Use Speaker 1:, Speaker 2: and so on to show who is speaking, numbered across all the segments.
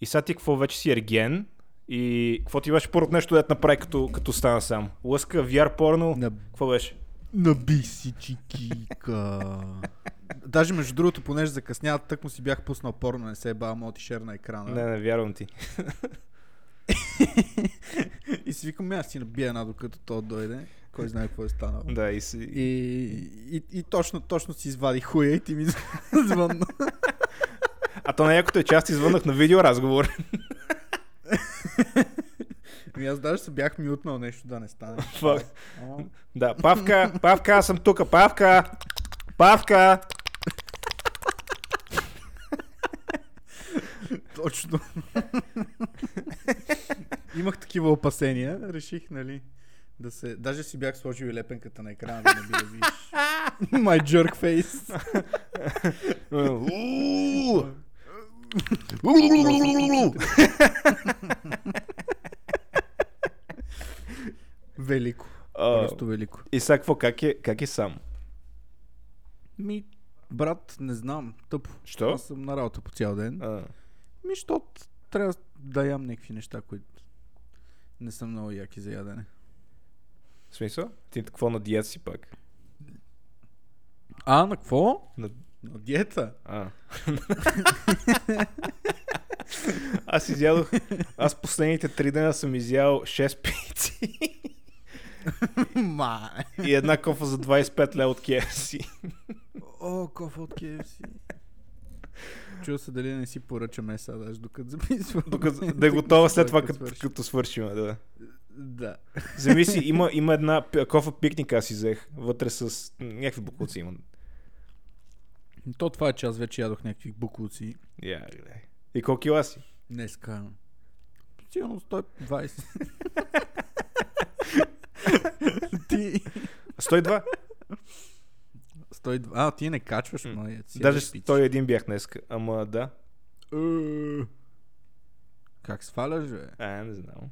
Speaker 1: И сега ти какво вече си ерген? И какво ти беше първото нещо, дето направи като, като стана сам? Лъска, VR порно?
Speaker 2: На,
Speaker 1: Какво беше?
Speaker 2: на биси чикика. Даже между другото, понеже закъсняват, тък му си бях пуснал порно, не се бавам от шер на екрана.
Speaker 1: Не, не вярвам ти.
Speaker 2: И си викам, аз си набия една докато то дойде. Кой знае какво е станало.
Speaker 1: Да, и си...
Speaker 2: И, и, и точно, точно си извади хуя и ти ми звънна.
Speaker 1: А то на якото е част извъннах на видеоразговор.
Speaker 2: Ами аз даже се бях мютнал нещо да не стане.
Speaker 1: Фак.
Speaker 2: Ама-
Speaker 1: Да, Павка, Павка, аз съм тука, Павка! Павка!
Speaker 2: Точно. Имах такива опасения. Реших, нали, да се... Даже си бях сложил и лепенката на екрана, да не би да видиш. My jerk face. велико.
Speaker 1: А,
Speaker 2: Просто велико.
Speaker 1: И сега какво, как е, как е сам?
Speaker 2: Ми, брат, не знам. Тъпо.
Speaker 1: Що?
Speaker 2: Аз съм на работа по цял ден.
Speaker 1: А,
Speaker 2: Ми, защото трябва да ям някакви неща, които не са много яки за ядене.
Speaker 1: в смисъл? Ти какво на диета си пак?
Speaker 2: А, на какво?
Speaker 1: На...
Speaker 2: На диета.
Speaker 1: А. аз изядох... Аз последните три дена съм изял 6 пици
Speaker 2: Ма.
Speaker 1: и една кофа за 25 лева от KFC.
Speaker 2: О, кофа от KFC. Чува се дали не си поръчаме сега, даже докато записвам.
Speaker 1: Докато да е готова след това, като,
Speaker 2: свърши.
Speaker 1: като свършим. Да.
Speaker 2: Да.
Speaker 1: Вземи си, има, има една пи- кофа пикник, аз си взех. Вътре с м, някакви букуци имам.
Speaker 2: То това е, че аз вече ядох някакви букуци.
Speaker 1: Я, гледай. И колко кила си?
Speaker 2: Днеска. Сигурно 120. ти...
Speaker 1: 102.
Speaker 2: 102. А, ти не качваш,
Speaker 1: М.
Speaker 2: ма ядеш си
Speaker 1: Даже
Speaker 2: ядеш пици.
Speaker 1: 101 бях днес. Ама да.
Speaker 2: Е. Как сваляш, бе?
Speaker 1: А, не знам.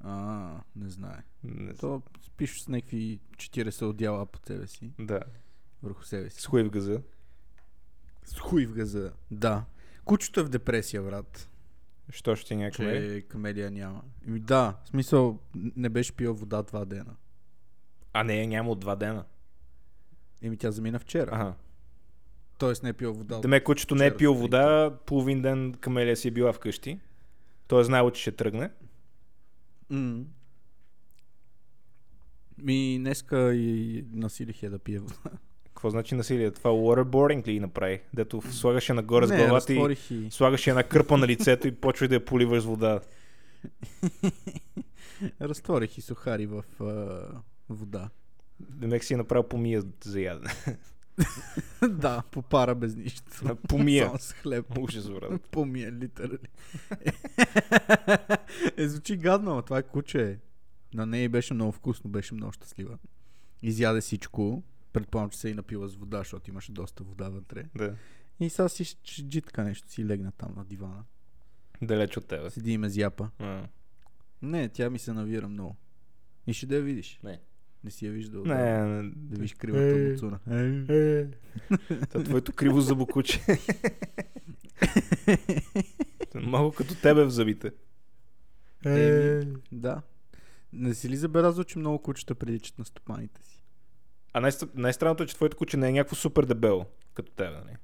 Speaker 2: А, не знае.
Speaker 1: Не знам.
Speaker 2: То спиш с някакви 40 отдела по тебе си,
Speaker 1: Да.
Speaker 2: върху себе си.
Speaker 1: С хуй в газа.
Speaker 2: С хуй в газа. Да. Кучето е в депресия, брат.
Speaker 1: Що ще ти е нали?
Speaker 2: Че
Speaker 1: някаква?
Speaker 2: камелия, няма. Ими да, в смисъл не беше пил вода два дена.
Speaker 1: А не, няма от два дена.
Speaker 2: Еми тя замина вчера.
Speaker 1: Ага.
Speaker 2: Тоест не е пил вода.
Speaker 1: Деме, кучето не е
Speaker 2: вчера
Speaker 1: пил
Speaker 2: сутринта.
Speaker 1: вода, половин ден камелия си е била вкъщи. Той е знаел, че ще тръгне.
Speaker 2: М. Ми днеска и насилих я да пие вода.
Speaker 1: Какво значи насилие? Това waterboarding ли направи? Дето слагаше нагоре с
Speaker 2: не,
Speaker 1: главата и
Speaker 2: разтворих и...
Speaker 1: слагаше една кърпа на лицето и почва да я поливаш с вода.
Speaker 2: разтворих и сухари в а, вода.
Speaker 1: Демек си е направил помия за ядене.
Speaker 2: да, по пара без нищо.
Speaker 1: На помия.
Speaker 2: Само с хлеб.
Speaker 1: Ужас, брат.
Speaker 2: Помия, литерали. е, звучи гадно, ама това е куче. На нея й беше много вкусно, беше много щастлива. Изяде всичко. Предполагам, че се е и напила с вода, защото имаше доста вода вътре.
Speaker 1: Да.
Speaker 2: И сега си ще джитка нещо, си легна там на дивана.
Speaker 1: Далеч от тебе.
Speaker 2: Седи и ме зяпа.
Speaker 1: А.
Speaker 2: Не, тя ми се навира много. И ще да я видиш.
Speaker 1: Не.
Speaker 2: Не си я виждал. Да,
Speaker 1: Не, не.
Speaker 2: да видиш кривата
Speaker 1: Е.
Speaker 2: му цуна.
Speaker 1: Та твоето криво зъбокуче. Малко като тебе в зъбите. е.
Speaker 2: Еми, Да. Не си ли забелязал, че много кучета приличат на стопаните си?
Speaker 1: А най- най-странното е, че твоето куче не е някакво супер дебело, като тебе, нали?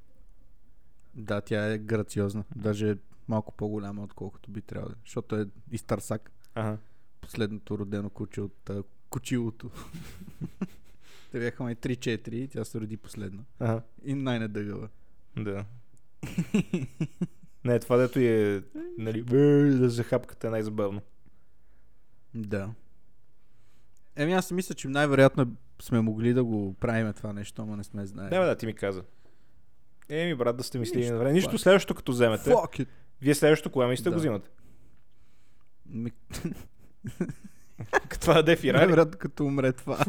Speaker 2: Да, тя е грациозна. Даже е малко по-голяма, отколкото би трябвало. да е, Защото е и старсак.
Speaker 1: Ага.
Speaker 2: Последното родено куче от а, кучилото. Те бяха май 3-4 и тя се роди последна.
Speaker 1: Ага.
Speaker 2: И най-недъгава.
Speaker 1: Да. не, това дето и е, нали, бър, да захапката е най-забавно.
Speaker 2: Да. Еми аз си мисля, че най-вероятно сме могли да го правим това нещо, ама не сме знаели.
Speaker 1: Не, бе, да, ти ми каза. Еми, брат, да сте мислили
Speaker 2: Нищо,
Speaker 1: на време. Нищо
Speaker 2: пак.
Speaker 1: следващото, като вземете.
Speaker 2: Fuck it.
Speaker 1: Вие следващото, кога мислите, да. го
Speaker 2: Да.
Speaker 1: взимате?
Speaker 2: Ми,
Speaker 1: Като това е Фирари.
Speaker 2: Най-вероятно като умре това.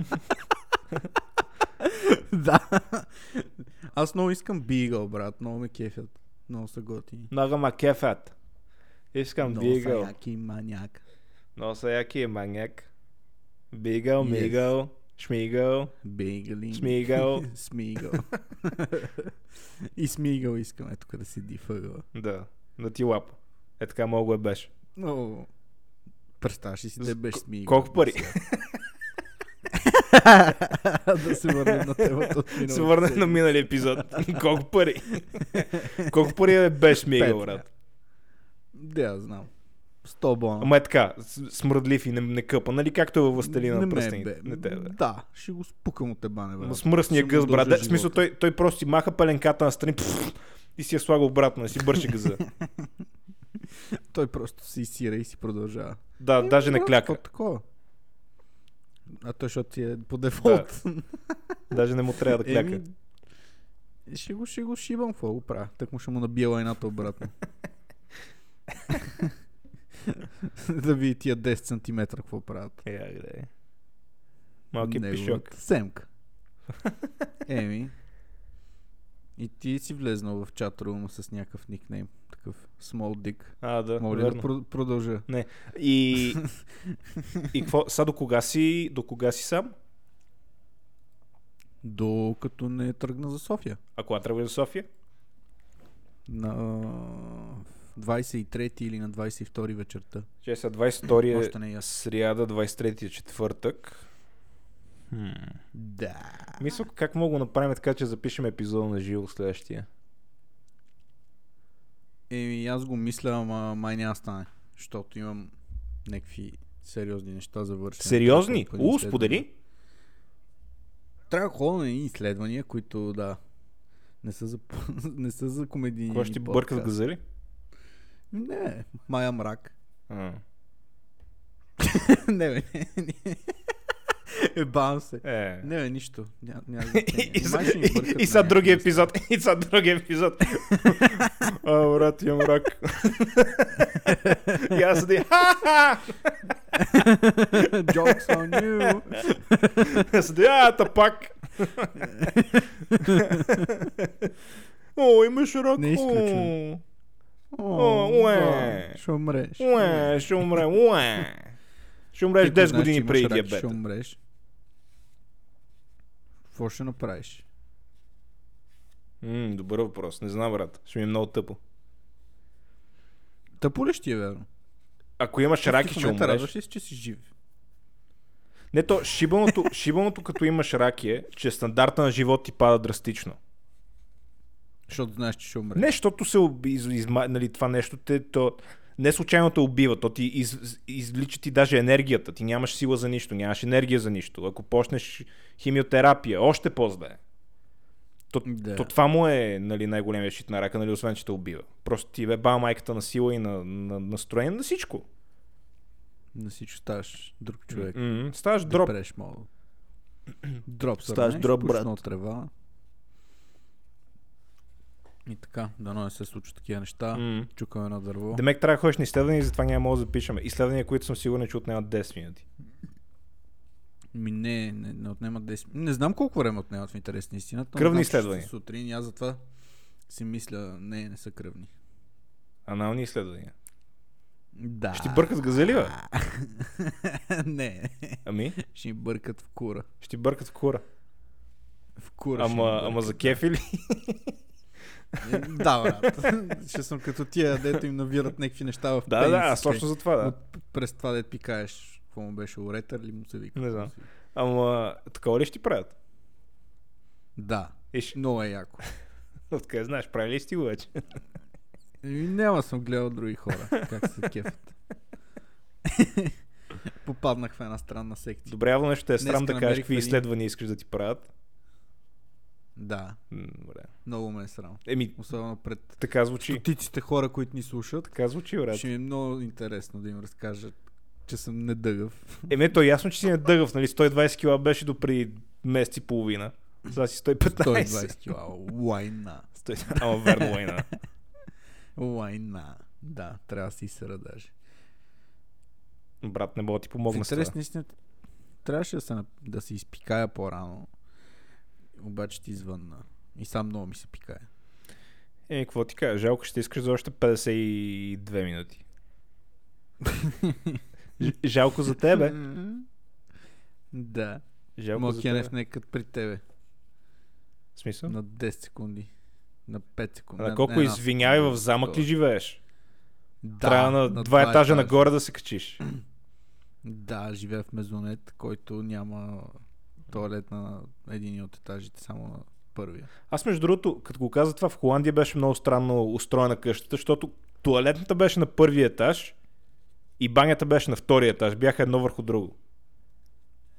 Speaker 2: да. Аз много искам бигъл, брат. Много ме кефят. Много са готини.
Speaker 1: Много ма кефат. Искам
Speaker 2: Много
Speaker 1: бигъл.
Speaker 2: са яки маняк.
Speaker 1: Но са яки е маняк. Бигъл,
Speaker 2: Yes.
Speaker 1: мигъл, шмигъл,
Speaker 2: Бигали.
Speaker 1: смигъл.
Speaker 2: Смигъл. и смигъл искаме тук да седи въгъла.
Speaker 1: да, на ти лапа. Е така много е беше.
Speaker 2: Но... Представяш ли си да беше сми.
Speaker 1: Колко пари?
Speaker 2: да се върнем на темата от миналото.
Speaker 1: Се върна на миналия епизод. Колко пари? Колко пари е беше ми
Speaker 2: Пет,
Speaker 1: брат?
Speaker 2: Да, я знам. 100 бона.
Speaker 1: Ама е така, с- смръдлив и не, не къпа, нали както е във властелина на
Speaker 2: ме
Speaker 1: пръстените.
Speaker 2: бе.
Speaker 1: Не те, е бе.
Speaker 2: Да, ще го спукам от тебе, не бе.
Speaker 1: Ма с мръсния
Speaker 2: Ще му
Speaker 1: гъз, брат.
Speaker 2: удължа
Speaker 1: Да, в смисъл,
Speaker 2: живота.
Speaker 1: той, той просто си маха пеленката настрани пфф, и си я слага обратно, и си бърши гъза.
Speaker 2: Той просто се изсира и си продължава. Е,
Speaker 1: Да, даже не кляка.
Speaker 2: Какво такова? А той, защото ти е по дефолт.
Speaker 1: Даже не му трябва да кляка.
Speaker 2: Еми, ще го, ще го шибам, какво го правя. Так му ще му набия лайната обратно. да види тия 10 см какво правят.
Speaker 1: Я, къде е? Малкият пишок.
Speaker 2: Неговата Семка. Еми. И ти си влезнал в чатрума с някакъв никнейм. Такъв Small Dick.
Speaker 1: А, да,
Speaker 2: Мога ли
Speaker 1: верно.
Speaker 2: да про- продължа?
Speaker 1: И... и какво? Са до кога си, до кога си сам?
Speaker 2: Докато не тръгна за София.
Speaker 1: А кога тръгваш за София?
Speaker 2: На а, 23 или на 22 вечерта.
Speaker 1: Че сега 22
Speaker 2: Още не е
Speaker 1: е
Speaker 2: ясно.
Speaker 1: сряда, 23 е четвъртък. Хм.
Speaker 2: Да.
Speaker 1: Мисля, как мога да направим така, че запишем епизода на живо следващия.
Speaker 2: Еми, аз го мисля, ама май няма да стане. Защото имам някакви сериозни неща за вършене.
Speaker 1: Сериозни?
Speaker 2: Трябва да ходя на
Speaker 1: У,
Speaker 2: изследвания.
Speaker 1: сподели?
Speaker 2: Трябва да ходя на едни изследвания, които да. Не са за, не са за комедийни
Speaker 1: Кога ще ти
Speaker 2: подкасти.
Speaker 1: бъркат газели?
Speaker 2: Не, Майя мрак.
Speaker 1: А.
Speaker 2: не, бе, не, не. Ебавам се.
Speaker 1: Е.
Speaker 2: Не, бе, нищо. Ня, няма
Speaker 1: И-
Speaker 2: значение.
Speaker 1: и са-
Speaker 2: Май ще ми бъркат
Speaker 1: И са
Speaker 2: на
Speaker 1: другия
Speaker 2: някакви
Speaker 1: епизод. И са другия епизод. А, брат, имам рак. И аз да ха-ха!
Speaker 2: места. Jokes on you.
Speaker 1: Аз да а, та пак. О, имаш рак.
Speaker 2: Не е изключено.
Speaker 1: о.
Speaker 2: О,
Speaker 1: уе.
Speaker 2: ба, Ще умреш.
Speaker 1: Уе, ще умре, уе. Ще умреш
Speaker 2: Ти ако
Speaker 1: 10
Speaker 2: знаеш, че
Speaker 1: години
Speaker 2: имаш
Speaker 1: преди
Speaker 2: рак,
Speaker 1: диабет.
Speaker 2: Ще умреш. Какво ще направиш?
Speaker 1: М, добър въпрос. Не знам, брат. Ще ми е много тъпо.
Speaker 2: Тъпо ли ще ти е верно?
Speaker 1: Ако имаш
Speaker 2: Ти в
Speaker 1: рак и ще
Speaker 2: момента
Speaker 1: умреш.
Speaker 2: Радваш ли се, че си жив?
Speaker 1: Не, то шибаното, шибаното като имаш рак е, че стандарта на живот ти пада драстично.
Speaker 2: Защото знаеш, че ще умреш.
Speaker 1: Не, защото се уби- из, изма, нали, това нещо те, то не случайно те убива, то ти из, излича ти даже енергията, ти нямаш сила за нищо, нямаш енергия за нищо. Ако почнеш химиотерапия, още по-зле. То,
Speaker 2: Да.
Speaker 1: да. то това му е нали, най-големия щит на рака, нали, освен че те убива. Просто ти бе баба майката на сила и на, на настроение на всичко.
Speaker 2: На всичко ставаш друг човек.
Speaker 1: М, Ставаш дроп.
Speaker 2: Преш мога. Дроп
Speaker 1: Ставаш дроп, брат.
Speaker 2: От трева. И така, дано не се случат такива неща.
Speaker 1: М.
Speaker 2: Чукаме на дърво.
Speaker 1: Демек трябва да ходиш на изследвания и затова няма мога да запишем. Изследвания, които съм сигурен, че отнемат 10 минути.
Speaker 2: Ми не, не, не отнемат 10. Не знам колко време отнемат в интерес на истината. но
Speaker 1: Кръвни
Speaker 2: знам, че ще
Speaker 1: изследвания.
Speaker 2: са Сутрин, и аз затова си мисля, не, не са кръвни.
Speaker 1: Анални изследвания.
Speaker 2: Да.
Speaker 1: Ще ти бъркат газели, бе?
Speaker 2: не,
Speaker 1: Ами,
Speaker 2: ще ни бъркат в кура.
Speaker 1: ще ти бъркат в кура.
Speaker 2: В кура ще ни
Speaker 1: Ама,
Speaker 2: бъркат.
Speaker 1: ама за кеф или?
Speaker 2: Е, Да, брат. ще съм като тия, дето им навират някакви неща в
Speaker 1: Да,
Speaker 2: пенис,
Speaker 1: да, аз
Speaker 2: къй.
Speaker 1: точно за това, да.
Speaker 2: От- През това дет пикаеш, какво му беше уретър ли му се вика?
Speaker 1: Не знам. Ама, такова ли ще ти правят?
Speaker 2: Да,
Speaker 1: Еш,
Speaker 2: много е яко.
Speaker 1: откъде знаеш, правили ли си ти го вече?
Speaker 2: И няма съм гледал други хора, как се кефят. Попаднах в една странна секция.
Speaker 1: Добре, явно нещо те е
Speaker 2: Днеска
Speaker 1: срам да кажеш
Speaker 2: намерих
Speaker 1: какви
Speaker 2: един-
Speaker 1: изследвания искаш да ти правят.
Speaker 2: Да,
Speaker 1: М, Добре.
Speaker 2: много ме е срам.
Speaker 1: Еми,
Speaker 2: Особено пред
Speaker 1: така звучи.
Speaker 2: стотиците хора, които ни слушат.
Speaker 1: Така звучи, брат.
Speaker 2: Ще ми е много интересно да им разкажа, че съм недъгъв.
Speaker 1: Еме, то е ясно, че си не дъгав, нали? 120 кила беше до при месец и половина. Сега си
Speaker 2: е
Speaker 1: 115.
Speaker 2: 120 кг. Лайна.
Speaker 1: 120. Ама верно, война.
Speaker 2: Лайна. Да, трябва да си се даже.
Speaker 1: Брат, не мога да ти
Speaker 2: В
Speaker 1: помогна с това.
Speaker 2: интерес наистина трябваше да се, нап- да се изпикая по-рано. Обаче ти извънна. И сам много ми се пикае.
Speaker 1: Е, какво ти кажа? Жалко ще искаш за още 52 минути. Ж- Жалко за тебе.
Speaker 2: М. Да.
Speaker 1: Жалко за тебе.
Speaker 2: Мокенев нека при тебе.
Speaker 1: В смисъл?
Speaker 2: На 10 секунди. На 5 секунди.
Speaker 1: А на колко
Speaker 2: една
Speaker 1: извинявай в
Speaker 2: секунда.
Speaker 1: замък ли живееш?
Speaker 2: Да,
Speaker 1: Трябва на, два етажа нагоре да се качиш.
Speaker 2: Да, живея в мезонет, който няма туалет на един от етажите, само на първия.
Speaker 1: Аз между другото, като го каза това, в Холандия беше много странно устроена къщата, защото туалетната беше на първия етаж и банята беше на втория етаж. Бяха едно върху друго.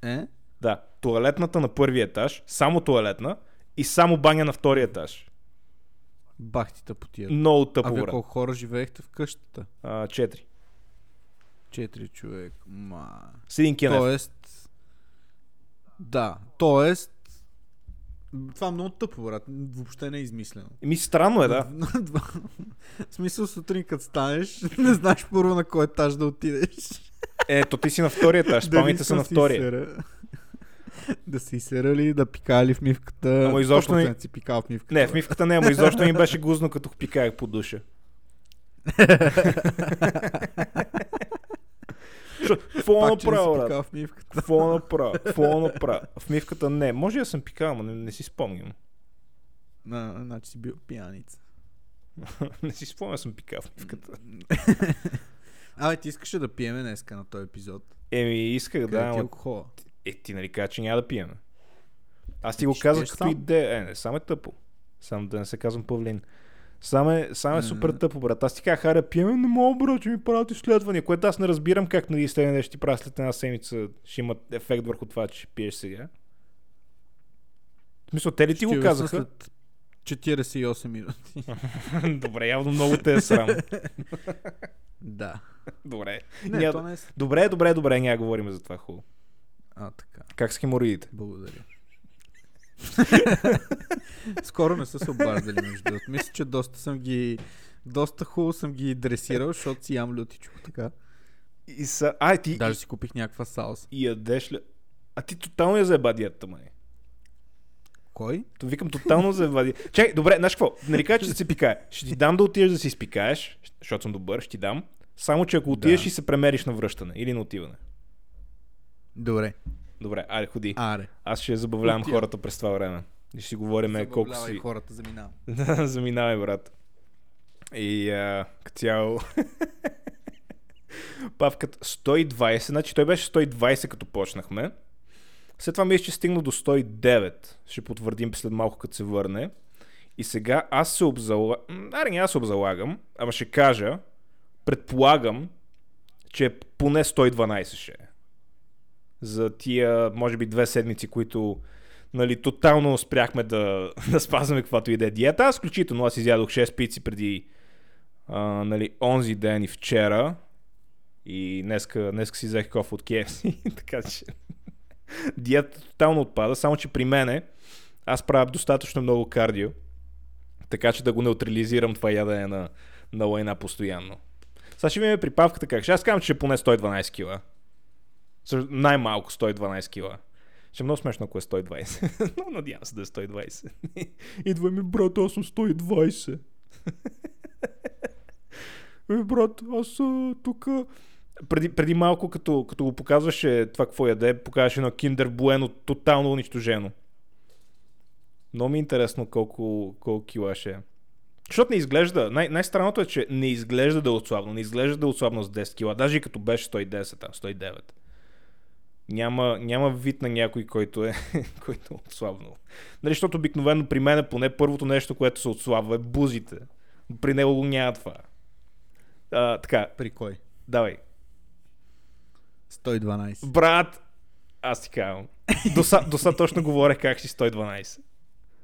Speaker 2: Е?
Speaker 1: Да, туалетната на първия етаж, само туалетна и само баня на втория етаж.
Speaker 2: Бах ти тъпотия.
Speaker 1: Много
Speaker 2: А
Speaker 1: тъпо
Speaker 2: вие
Speaker 1: врат.
Speaker 2: колко хора живеехте в къщата?
Speaker 1: А, Четири.
Speaker 2: Четири човек. Ма...
Speaker 1: С един кенеф.
Speaker 2: е- Тоест... Да, тоест... Това е много тъпо, брат. Въобще не е измислено.
Speaker 1: Ми странно е, да.
Speaker 2: На два- В смисъл сутрин като станеш, не знаеш първо на кой етаж да отидеш.
Speaker 1: Ето, ти си на втория етаж, спалните са на втория.
Speaker 2: Сера. да си серали, да пикали в мивката.
Speaker 1: Ама изобщо не-
Speaker 2: 100% си пикал в мивката.
Speaker 1: Не, в мивката не, ама изобщо ми беше гузно, като пикаях по душа. Що- Какво
Speaker 2: Пак, че не си
Speaker 1: направо, брат?
Speaker 2: пикал в мивката.
Speaker 1: Какво направя? Какво направя? В мивката не. Може да съм пикал, но не, не си спомням.
Speaker 2: На, значи си бил пияница.
Speaker 1: не си спомням, съм пикал в мивката.
Speaker 2: Абе, ти искаше да пиеме днеска на този епизод.
Speaker 1: Еми, исках да,
Speaker 2: Къде ти е
Speaker 1: ама...
Speaker 2: алкохола?
Speaker 1: Е, ти нали каза, че няма да пием. Аз ти го
Speaker 2: Ще
Speaker 1: казах
Speaker 2: пиеш
Speaker 1: като
Speaker 2: сам.
Speaker 1: идея. Е, не, само е тъпо. Само да не се казвам Павлин. Само е, сам е супер
Speaker 2: М.
Speaker 1: тъпо, брат. Аз ти казах, аре, пиеме, не мога, брат, че ми правят изследвания, което аз не разбирам как нали изследвания ще ти правят след една седмица, ще имат ефект върху това, че пиеш сега. В смисъл, те ли ти
Speaker 2: Ще
Speaker 1: го
Speaker 2: обясня
Speaker 1: казаха?
Speaker 2: след 48 минути.
Speaker 1: Добре, явно много те е срам.
Speaker 2: да.
Speaker 1: Добре.
Speaker 2: Не,
Speaker 1: Няма-
Speaker 2: то не е... с-
Speaker 1: Добре, добре, добре, няма да говорим за това хубаво.
Speaker 2: А, така.
Speaker 1: Как с хемороидите?
Speaker 2: Благодаря. Скоро не са се обаждали между другото. Мисля, че доста съм ги... Доста хубаво съм ги дресирал, защото си ям лютичко така.
Speaker 1: И са... А, ти
Speaker 2: Даже си купих някаква салса.
Speaker 1: и ядеш ли? А ти тотално я заеба диетата, май.
Speaker 2: Кой?
Speaker 1: То викам тотално заеба диетата. Чакай, добре, знаеш какво? Нали кажа, че да се пикае. Ще ти дам да отидеш да си изпикаеш, защото съм добър, ще ти дам. Само, че ако отидеш
Speaker 2: Да.
Speaker 1: и се премериш на връщане или на отиване.
Speaker 2: Добре.
Speaker 1: Добре, аре, ходи.
Speaker 2: Аре.
Speaker 1: Аз ще забавлявам
Speaker 2: Отивам.
Speaker 1: хората през това време. И ще си говорим колко
Speaker 2: Забавлявай
Speaker 1: си.
Speaker 2: хората, заминавам.
Speaker 1: Да, заминавай, брат. И а, като цяло... Павката 120, значи той беше 120 като почнахме. След това мисля, че стигна до 109. Ще потвърдим след малко, като се върне. И сега аз се обзалагам... Аре, не аз се обзалагам, ама ще кажа, предполагам, че поне 112 ще е. За тия, може би, две седмици, които нали, тотално спряхме да, да спазваме каквато и да е диета. Аз включително, аз изядох 6 пици преди а, нали, онзи ден и вчера. И днеска, днеска си взех кофе от KFC, така че диета тотално отпада, само че при мене аз правя достатъчно много кардио, така че да го неутрализирам това ядене на, на лайна постоянно. Сега ще видим при павката как. ще. Аз казвам, че ще е поне 112 кила. Също- Най-малко 112 кила. Ще е много смешно, ако е 120. Но надявам се да е 120. Идва ми, брат, аз съм 120. Е, брат, аз тук... Преди, преди малко, като, като го показваше това какво яде, показваше едно киндер буено, тотално унищожено. Много ми е интересно колко, колко кила ще е. Защото не изглежда, най- най-странното е, че не изглежда да е отслабно, не изглежда да е отслабно с 10 кила, даже и като беше 110, а 109. Няма, няма вид на някой, който е, който е отслабнал. Нали, защото обикновено при мен поне първото нещо, което се отслабва е бузите. При него го няма това. А, така,
Speaker 2: При кой?
Speaker 1: давай.
Speaker 2: 112.
Speaker 1: Брат, аз ти казвам. До са, до са точно говорех как си 112.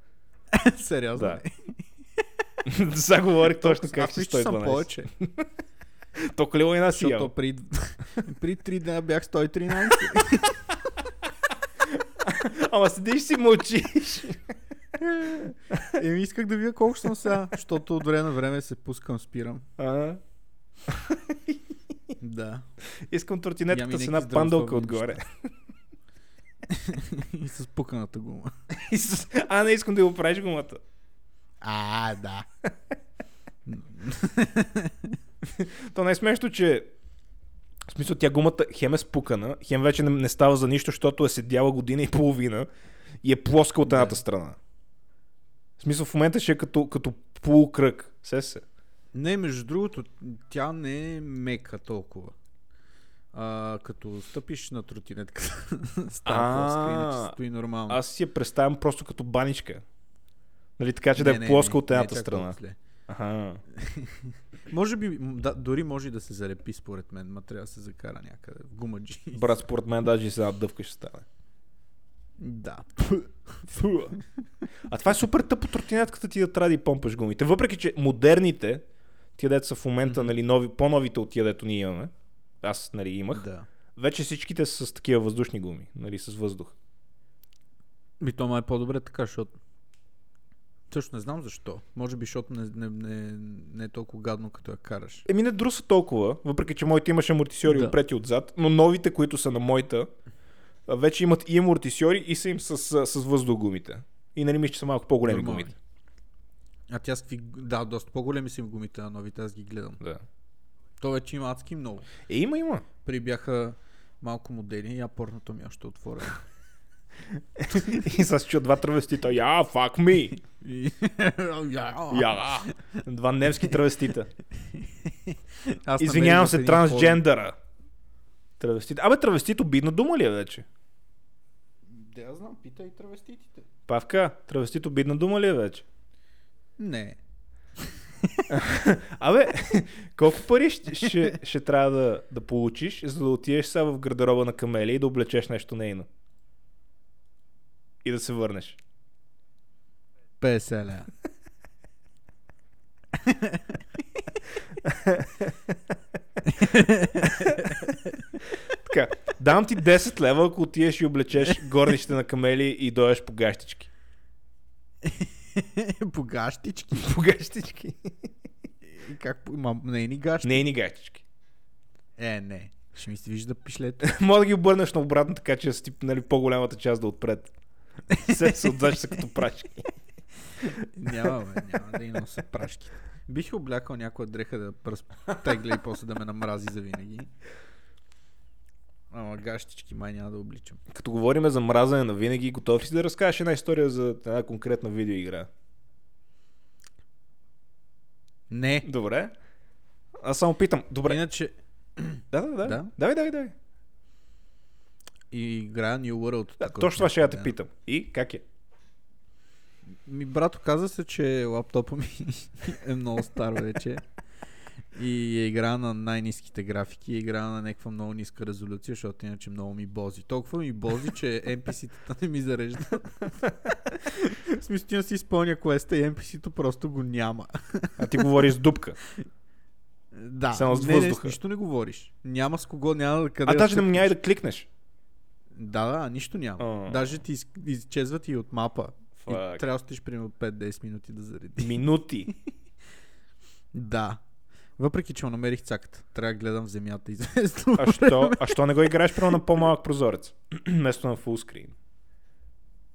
Speaker 2: Сериозно.
Speaker 1: Да. До са говорих точно как
Speaker 2: Аз
Speaker 1: си
Speaker 2: мисля, че съм
Speaker 1: 112.
Speaker 2: повече.
Speaker 1: Толкова ли е лайна си ял?
Speaker 2: Защото при, при 3 дена бях 113.
Speaker 1: Ама седиш си мълчиш.
Speaker 2: Еми исках да видя колко съм сега, защото от време на време се пускам, спирам.
Speaker 1: А,
Speaker 2: Да.
Speaker 1: искам
Speaker 2: Ям и
Speaker 1: тортинетката с
Speaker 2: някакви
Speaker 1: една
Speaker 2: здравословни
Speaker 1: пандълка
Speaker 2: неща.
Speaker 1: отгоре.
Speaker 2: И с пуканата гума.
Speaker 1: И с- а, не искам да го правиш гумата.
Speaker 2: А, да.
Speaker 1: То най-смешно, че в смисъл, тя гумата хем е спукана, хем вече не, не става за нищо, защото е седяла година и половина и е плоска от едната страна. В смисъл, в момента ще е като, като полукръг. Се се.
Speaker 2: Не, между другото, тя не е мека толкова. А, като стъпиш на тротинетката, става
Speaker 1: А,
Speaker 2: плоска, иначе стои нормално.
Speaker 1: Аз си я представям просто като баничка. Нали, така че
Speaker 2: Не,
Speaker 1: да
Speaker 2: не,
Speaker 1: е плоска
Speaker 2: не,
Speaker 1: от
Speaker 2: не е
Speaker 1: едната
Speaker 2: чак
Speaker 1: страна.
Speaker 2: толкова зле.
Speaker 1: Аха.
Speaker 2: Може би, м, да, дори може и да се залепи според мен, ма трябва да се закара някъде. В гумаджи.
Speaker 1: Брат, според мен даже и с една дъвка ще стане.
Speaker 2: Да.
Speaker 1: Фу. А това е супер тъпо тротинятката ти да трябва да и помпаш гумите. Въпреки, че модерните, тия дето са в момента, нали, нови, по-новите от тия дето ние имаме, аз, нали, имах,
Speaker 2: да.
Speaker 1: вече всичките са с такива въздушни гуми, нали, с въздух.
Speaker 2: Ми то май е по-добре така, защото... Също не знам защо. Може би, защото не, не, не, не е толкова гадно, като я караш.
Speaker 1: Еми не друса толкова, въпреки че моите имаше амортисьори
Speaker 2: Да.
Speaker 1: да. отпред и отзад, но новите, които са на моята, а, вече имат и амортисьори и са им с, с, с въздухгумите. И нали мисля, че са малко по-големи
Speaker 2: Нормални.
Speaker 1: гумите.
Speaker 2: А тя с какви... Да, доста по-големи са им гумите на новите, аз ги гледам.
Speaker 1: Да.
Speaker 2: То вече има адски много.
Speaker 1: Е, има, има.
Speaker 2: При бяха малко модели, я порното ми е още отворя.
Speaker 1: и с чу два травестита. Я, yeah, fuck me!
Speaker 2: И-
Speaker 1: Я! Yeah. Два немски травестита.
Speaker 2: Аз намерих
Speaker 1: Извинявам
Speaker 2: в
Speaker 1: се,
Speaker 2: един
Speaker 1: трансджендъра. Травестит. Абе, травестит обидна дума ли е вече?
Speaker 2: форум- Да, аз знам, питай травеститите.
Speaker 1: Павка, травестит обидна дума ли е вече?
Speaker 2: Не.
Speaker 1: Абе, колко пари ще, ще, ще трябва да, да получиш, за да отидеш сега в гардероба на Камели и да облечеш нещо нейно? И да се върнеш.
Speaker 2: 50 лева.
Speaker 1: Така, дам ти 10 лева, ако отидеш и облечеш горнище на Камели и дойдеш по гащички.
Speaker 2: По гащички.
Speaker 1: По гащички?
Speaker 2: И Как по... Ма, нейни гащи.
Speaker 1: Нейни гащички.
Speaker 2: Е, не. Ще ми се вижда пишлете.
Speaker 1: Мога да ги обърнеш на обратно, така че да си ти, нали, по-голямата част да отпред. Се се отзаш се като прашки.
Speaker 2: няма, бе, няма да и носа прашки. Бих облякал някоя дреха да разтегля и после да ме намрази завинаги. Ама гащички май няма да обличам.
Speaker 1: Като говорим за мразане на винаги, готов ли си да разкажеш една история за една конкретна видеоигра?
Speaker 2: Не.
Speaker 1: Добре. Аз само питам. Добре.
Speaker 2: Иначе,
Speaker 1: Да, да, да.
Speaker 2: Да?
Speaker 1: Давай, давай, давай.
Speaker 2: И играя New World.
Speaker 1: Да,
Speaker 2: такова
Speaker 1: точно това ще я те
Speaker 2: е да.
Speaker 1: питам. И как е?
Speaker 2: Ми, брат, каза се, че лаптопа ми е много стар вече. И е игра на най-низките графики, е игра на някаква много ниска резолюция, защото иначе много ми бози. Толкова ми бози, че NPC-тата не ми зареждат. В смисъл, ти не си изпълня квеста и NPC-то просто го няма.
Speaker 1: А ти говориш с дупка.
Speaker 2: Да.
Speaker 1: Само с
Speaker 2: не, не, с
Speaker 1: въздуха.
Speaker 2: нищо не говориш. Няма с кого, няма да къде.
Speaker 1: А
Speaker 2: да
Speaker 1: даже не
Speaker 2: цъкнеш.
Speaker 1: можа и да кликнеш.
Speaker 2: Да, да, нищо няма.
Speaker 1: А.
Speaker 2: Даже ти из- изчезват и от мапа. И
Speaker 1: Фак.
Speaker 2: трябва да стоиш примерно 5-10 минути да зареди.
Speaker 1: Минути.
Speaker 2: Да. Въпреки, че му намерих цаката. Трябва да гледам в земята известно.
Speaker 1: А що, а що не го играеш прямо на по-малък прозорец? Вместо на фулскрин.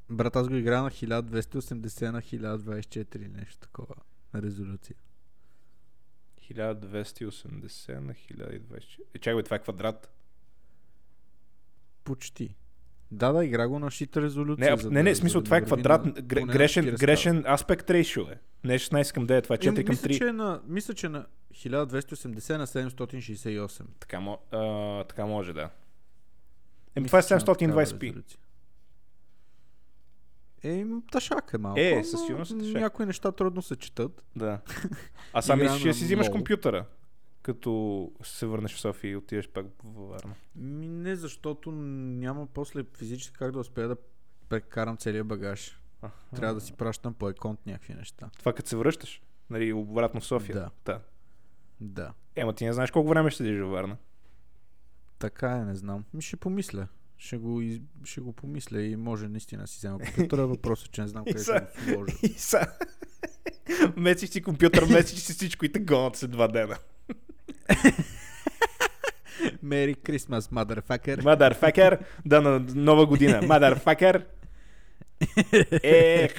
Speaker 2: Брат, аз го играя на 1280 на 1024, нещо такова. На резолюция.
Speaker 1: 1280 на 1024. Е, чакай, бе, това е квадрат.
Speaker 2: Почти. Да, да, игра го на шита
Speaker 1: Не,
Speaker 2: резолюция.
Speaker 1: аб-
Speaker 2: за
Speaker 1: не,
Speaker 2: да-
Speaker 1: не,
Speaker 2: за
Speaker 1: смисъл,
Speaker 2: да
Speaker 1: това е
Speaker 2: върви
Speaker 1: квадрат,
Speaker 2: на-
Speaker 1: гре-
Speaker 2: поне на
Speaker 1: грешен,
Speaker 2: 40
Speaker 1: грешен аспект ratio е. Не е 16 към 9, това е 4
Speaker 2: Еми,
Speaker 1: към
Speaker 2: Мисля,
Speaker 1: 3.
Speaker 2: че е на, мисля, че е на 1280 на 768.
Speaker 1: Така, мо- а, така може, да. Еми, това е
Speaker 2: Мисля, че е на такава
Speaker 1: 720p.
Speaker 2: резолюция. Е, м, ташак е малко.
Speaker 1: Е,
Speaker 2: ама
Speaker 1: със сигурност е ташак.
Speaker 2: Някои неща трудно се четат.
Speaker 1: Да. А сами
Speaker 2: Игра на
Speaker 1: ще си взимаш
Speaker 2: много.
Speaker 1: компютъра, като се върнеш в София и отидеш пак във Варна.
Speaker 2: Ми не, защото няма после физически как да успея да прекарам целия багаж. Трябва да си пращам по еконт някакви неща.
Speaker 1: Това като се връщаш, нали, обратно в София.
Speaker 2: Да.
Speaker 1: да.
Speaker 2: Да.
Speaker 1: Ема ти не знаеш колко време ще дежи във Варна.
Speaker 2: Така е, не знам. Ми ще помисля. Ще го, из... ще го помисля и може наистина да си взема компютъра. Въпросът е, че не знам къде ще
Speaker 1: са-
Speaker 2: го сложа.
Speaker 1: И са. Месиш си компютър, месиш си всичко и те гонат след два дена.
Speaker 2: Merry Christmas, motherfucker.
Speaker 1: Мадърфакер, да на нова година. Е. Мадърфакер. Ех.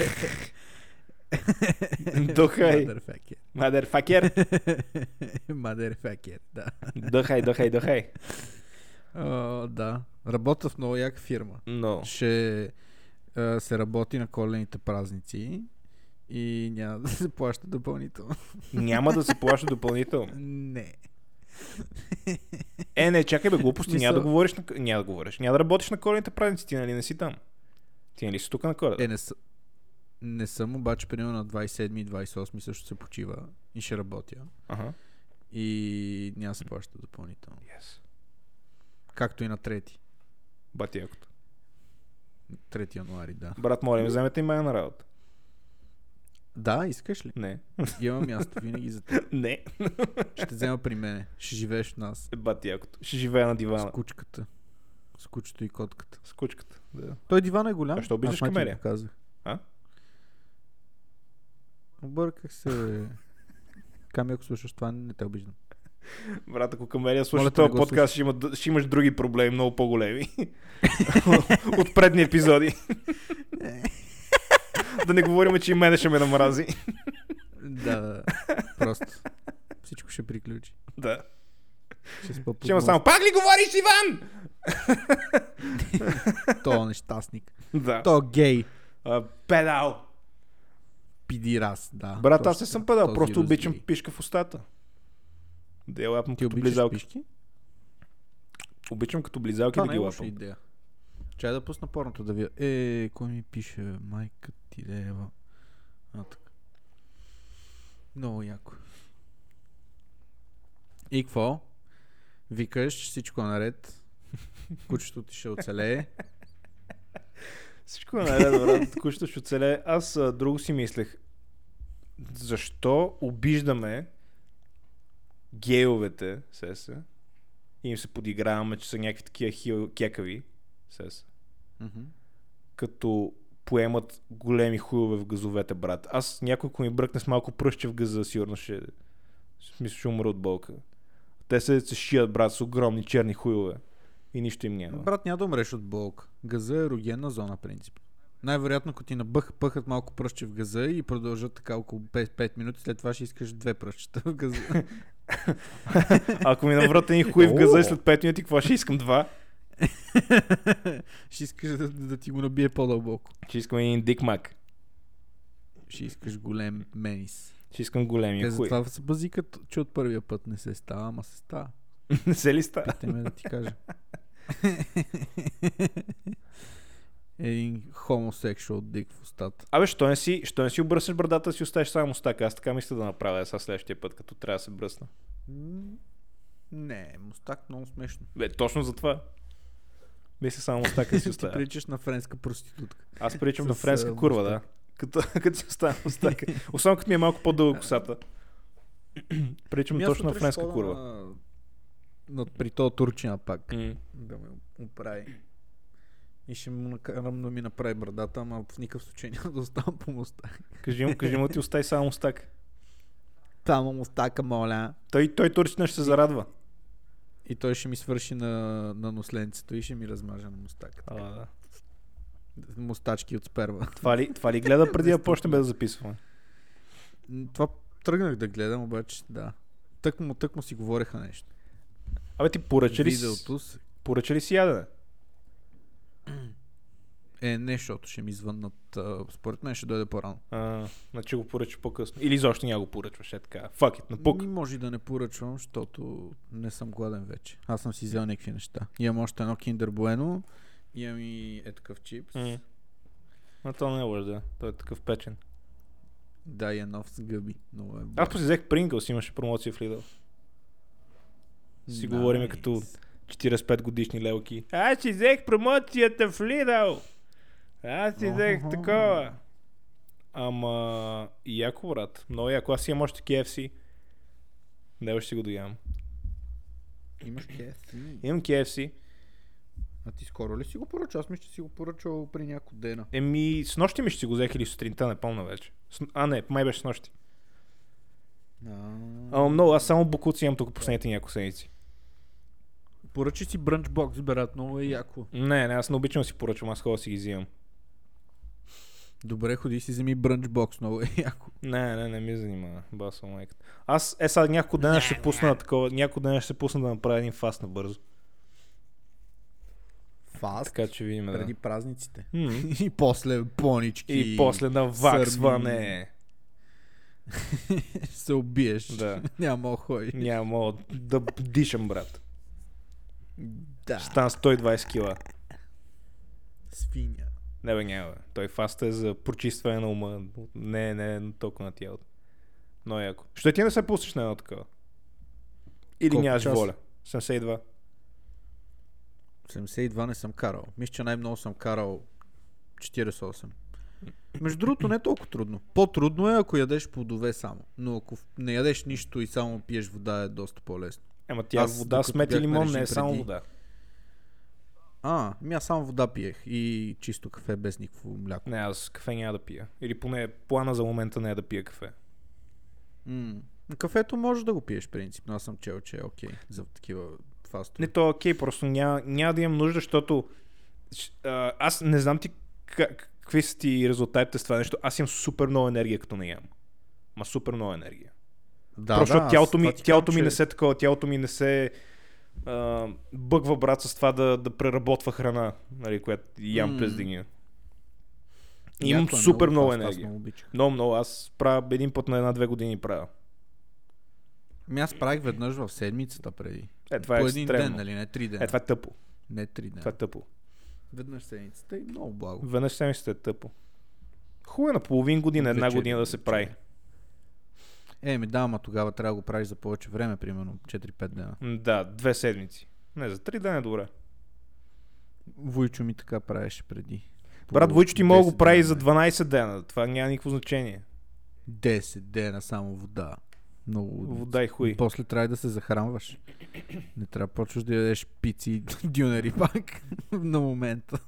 Speaker 1: Духай.
Speaker 2: Motherfucker.
Speaker 1: Мадърфакер.
Speaker 2: motherfucker, да.
Speaker 1: Духай, духай, духай.
Speaker 2: О, да. Работя в много яка фирма.
Speaker 1: Но.
Speaker 2: ще а, се работи на колените празници И няма да се плаща допълнително.
Speaker 1: Няма да се плаща допълнително.
Speaker 2: Не.
Speaker 1: Е, не, чакай бе, глупости, няма да
Speaker 2: Мисъл-
Speaker 1: говориш на... Няма да говориш. Няма да работиш на коледните празници, ти нали не си там. Ти нали си тук на коледа?
Speaker 2: Е, не, съ... не съм, обаче, примерно на 27 и 28 също се почива и ще работя.
Speaker 1: Ага.
Speaker 2: И няма се плаща допълнително.
Speaker 1: Yes.
Speaker 2: Както и на 3.
Speaker 1: Бати якото.
Speaker 2: 3 януари, да.
Speaker 1: Брат, моля, ми, вземете и мен на работа.
Speaker 2: Да, искаш ли?
Speaker 1: Не.
Speaker 2: Има място винаги за теб.
Speaker 1: не.
Speaker 2: Ще те взема при мене. Ще живееш в нас.
Speaker 1: Е, Бати якото. Ще живея на
Speaker 2: С
Speaker 1: дивана.
Speaker 2: кучката. С кучето и котката.
Speaker 1: С кучката. Да.
Speaker 2: Той диван е голям.
Speaker 1: А що обиждаш
Speaker 2: Аз май ти го
Speaker 1: камелия?
Speaker 2: Казах.
Speaker 1: А?
Speaker 2: Обърках се, бе. Ками, ако слушаш това, не те обиждам.
Speaker 1: Брат, ако Камелия слуша
Speaker 2: Моля те,
Speaker 1: този
Speaker 2: не го
Speaker 1: подкаст, ще, има, д- ще имаш други проблеми, много по-големи. От предни епизоди. да не говорим, че и мене ще ме намрази.
Speaker 2: Да, да. Просто. Всичко ще приключи.
Speaker 1: да.
Speaker 2: Ще спа под
Speaker 1: Ще има само, пак ли говориш, Иван?
Speaker 2: мост. То е нещастник.
Speaker 1: да.
Speaker 2: То гей.
Speaker 1: А, педал.
Speaker 2: Пидирас, да.
Speaker 1: Брат, аз
Speaker 2: точно
Speaker 1: не съм
Speaker 2: така.
Speaker 1: педал,
Speaker 2: Този
Speaker 1: просто
Speaker 2: рус
Speaker 1: обичам
Speaker 2: гей.
Speaker 1: пишка в устата. Да я лапам
Speaker 2: Ти
Speaker 1: като
Speaker 2: обичаш
Speaker 1: близалки.
Speaker 2: пишки?
Speaker 1: Обичам като близалки
Speaker 2: Това
Speaker 1: да
Speaker 2: не
Speaker 1: ги
Speaker 2: е лоша
Speaker 1: лапам.
Speaker 2: идея. Чай да пусна порното да ви... Е, кой ми пише, бе? майка ти лева. А, така. Много яко. И какво? Викаш, всичко е наред. Кучето ти ще оцелее.
Speaker 1: Всичко е наред, брат. Кучето ще оцелее. Аз а, друго си мислех. Защо обиждаме гейовете, сеса, и им се подиграваме, че са някакви такива хил... кекави, сеса,
Speaker 2: Мгм.
Speaker 1: като поемат големи хуйове в газовете, брат. Аз някой, ако ми бръкне с малко пръще в газа, сигурно ще... В смисъл, ще умра от болка. Те се, се шият, брат, с огромни черни хуйове. И нищо им няма.
Speaker 2: Брат, няма да умреш от болка. Газа е ерогенна зона, принцип. Най-вероятно, ако ти набъх, пъхат малко пръще в газа и продължат така около 5, 5 минути, след това ще искаш две пръщета в газа.
Speaker 1: Ако ми наврат един хуй в газа и
Speaker 2: О.
Speaker 1: след 5 минути, какво ще искам два?
Speaker 2: ще искаш да, да ти го набие по-дълбоко.
Speaker 1: Ще искам един дикмак.
Speaker 2: Ще искаш голем менис.
Speaker 1: Ще искам големи
Speaker 2: Те
Speaker 1: хуй.
Speaker 2: Е, затова се базикат, че от първия път не се става, ама се става.
Speaker 1: Не се ли става?
Speaker 2: Питай ме да ти кажа. Един хомосексуал дик в устата.
Speaker 1: Абе, що не си, що не си обръсаш брадата, си оставиш само стака. Аз така мисля да направя сега следващия път, като трябва да се бръсна.
Speaker 2: М, Не, мустак много смешно.
Speaker 1: Бе, точно за това. Мисля само стака да си
Speaker 2: Ти
Speaker 1: оставя.
Speaker 2: приличаш на френска проститутка.
Speaker 1: Аз приличам на
Speaker 2: с,
Speaker 1: френска
Speaker 2: а,
Speaker 1: курва, да.
Speaker 2: мустак.
Speaker 1: Като, като си оставя мустака. Особено като ми е малко по-дълга косата. приличам
Speaker 2: Ми аз
Speaker 1: точно на
Speaker 2: утре ще
Speaker 1: френска
Speaker 2: хода
Speaker 1: курва.
Speaker 2: на- на- При то турчина пак.
Speaker 1: М.
Speaker 2: да ме оправи. И ще му накарам да ми направи брадата, ама в никакъв случай няма да оставам по моста.
Speaker 1: Кажи му, кажи му ти остави само мустак.
Speaker 2: Само мостака, моля.
Speaker 1: Той, той турчина ще се зарадва.
Speaker 2: И той ще ми свърши на, на носленцето и ще ми размажа на мостака.
Speaker 1: А, да.
Speaker 2: Мостачки от сперва.
Speaker 1: Това ли, това ли гледа преди да почнем да записваме?
Speaker 2: М, Това тръгнах да гледам, обаче да. Тък му, тък му си говореха нещо.
Speaker 1: Абе ти поръча ли, си,
Speaker 2: Видеото с-
Speaker 1: поръча ли си ядене?
Speaker 2: е не, защото ще ми звъннат. а, Според мен ще дойде по-рано.
Speaker 1: А, значи го поръча по-късно. Или изобщо няма го поръчваш, е така. Fuck it, напук.
Speaker 2: Ми Ами, може и да не поръчвам, защото не съм гладен вече. Аз съм си взел някакви неща. Имам още едно Kinder Bueno, имам и е такъв чипс.
Speaker 1: М. А то не е лъж, да. Той е такъв печен.
Speaker 2: Да, и е нов с гъби. Много е
Speaker 1: Аз поси взех Pringles, имаше промоция в Lidl. си говориме като- 45 годишни лелки. Аз си взех промоцията в Lidl. Аз си взех
Speaker 2: Охо.
Speaker 1: такова. Ама, яко, брат. Много яко. Аз имам още KFC. Не, ще си го доям.
Speaker 2: Имаш KFC.
Speaker 1: Имам KFC.
Speaker 2: А ти скоро ли си го поръча? Аз мисля, че си го поръчал при няколко дена.
Speaker 1: Еми, с нощи ми ще си го взех или сутринта, не помня вече. С... А, не, май беше с нощи. Ама много, аз само букуци имам тук последните няколко седмици.
Speaker 2: Поръчи си брънчбокс, брат, много е яко.
Speaker 1: Не, не, аз не обичам да си поръчвам, аз хора си ги взимам.
Speaker 2: Добре, ходи си вземи брънчбокс, много е яко.
Speaker 1: Не, не, не ми занимава. Басо майката. Аз е сега няколко дена ще пусна такова, няколко дена ще пусна да направя един фаст набързо.
Speaker 2: Фаст,
Speaker 1: Така че видим, да.
Speaker 2: преди празниците.
Speaker 1: М.
Speaker 2: И после понички.
Speaker 1: И после наваксване.
Speaker 2: се убиеш.
Speaker 1: Да.
Speaker 2: Няма да ходи.
Speaker 1: Няма мога да дишам, брат.
Speaker 2: Да.
Speaker 1: Стан 120 кила.
Speaker 2: Свиня.
Speaker 1: Не бе, няма. бе. Той фаста е за прочистване на ума. Не, не, толкова на тялото. Но е яко. Що ти не се пуснеш на едно такова? Или
Speaker 2: Колко
Speaker 1: нямаш
Speaker 2: часа?
Speaker 1: воля? 72.
Speaker 2: 72 не съм карал. Мисля, че най-много съм карал 48. Между другото, не е толкова трудно. По-трудно е, ако ядеш плодове само. Но ако в- не ядеш нищо и само пиеш вода, е доста по-лесно.
Speaker 1: Ема тя
Speaker 2: Аз,
Speaker 1: вода,
Speaker 2: докато
Speaker 1: смет и
Speaker 2: бях
Speaker 1: лимон,
Speaker 2: наречен
Speaker 1: не е само
Speaker 2: преди-
Speaker 1: вода.
Speaker 2: А, ми аз само вода пиех и чисто кафе без никакво мляко.
Speaker 1: Не, аз кафе няма да пия. Или поне плана за момента не е да пия кафе.
Speaker 2: М. Кафето може да го пиеш принципно. Аз съм чел, че е окей за такива
Speaker 1: Не,
Speaker 2: фастове.
Speaker 1: то е окей, просто няма, няма да имам нужда, защото щ- а, аз не знам ти как, какви са ти резултатите с това нещо. Аз имам супер много енергия, като не ям. Ма супер много енергия.
Speaker 2: Да,
Speaker 1: просто
Speaker 2: аз
Speaker 1: тялото,
Speaker 2: това
Speaker 1: ми,
Speaker 2: ти
Speaker 1: тялото
Speaker 2: казвам,
Speaker 1: ми не
Speaker 2: че-
Speaker 1: се е такова, тялото ми не се а, бъгва брат с това да, да преработва храна, нали, която ям
Speaker 2: М.
Speaker 1: през деня. Имам
Speaker 2: Яко е
Speaker 1: супер много,
Speaker 2: фаст, Аз
Speaker 1: енергия.
Speaker 2: много обичах.
Speaker 1: Много, много. Аз правя един път на една-две години правя.
Speaker 2: Ми Ами аз правих веднъж в седмицата преди.
Speaker 1: Е, това е
Speaker 2: По един
Speaker 1: екстремно.
Speaker 2: ден, нали? Не три дена.
Speaker 1: Е, това е тъпо.
Speaker 2: Не три дена.
Speaker 1: Това е тъпо.
Speaker 2: Веднъж седмицата и много благо.
Speaker 1: Веднъж седмицата е тъпо. Хубаво е на половин година, една
Speaker 2: Вечеря,
Speaker 1: година да се прави.
Speaker 2: Е, ми да, ама тогава трябва да го правиш за повече време, примерно 4-5 дена.
Speaker 1: М, Да, две седмици. Не, за три дена е добре.
Speaker 2: Войчо ми така правеше преди. По
Speaker 1: Брат Войчо ти мога да
Speaker 2: 10
Speaker 1: го прави
Speaker 2: дена, е.
Speaker 1: за
Speaker 2: май.
Speaker 1: 12 дена. Това няма никакво значение.
Speaker 2: 10 дена само вода. Много
Speaker 1: Вода и хуй.
Speaker 2: После трябва да се захранваш. Не трябва да почваш да ядеш пици и дюнери пак на момента.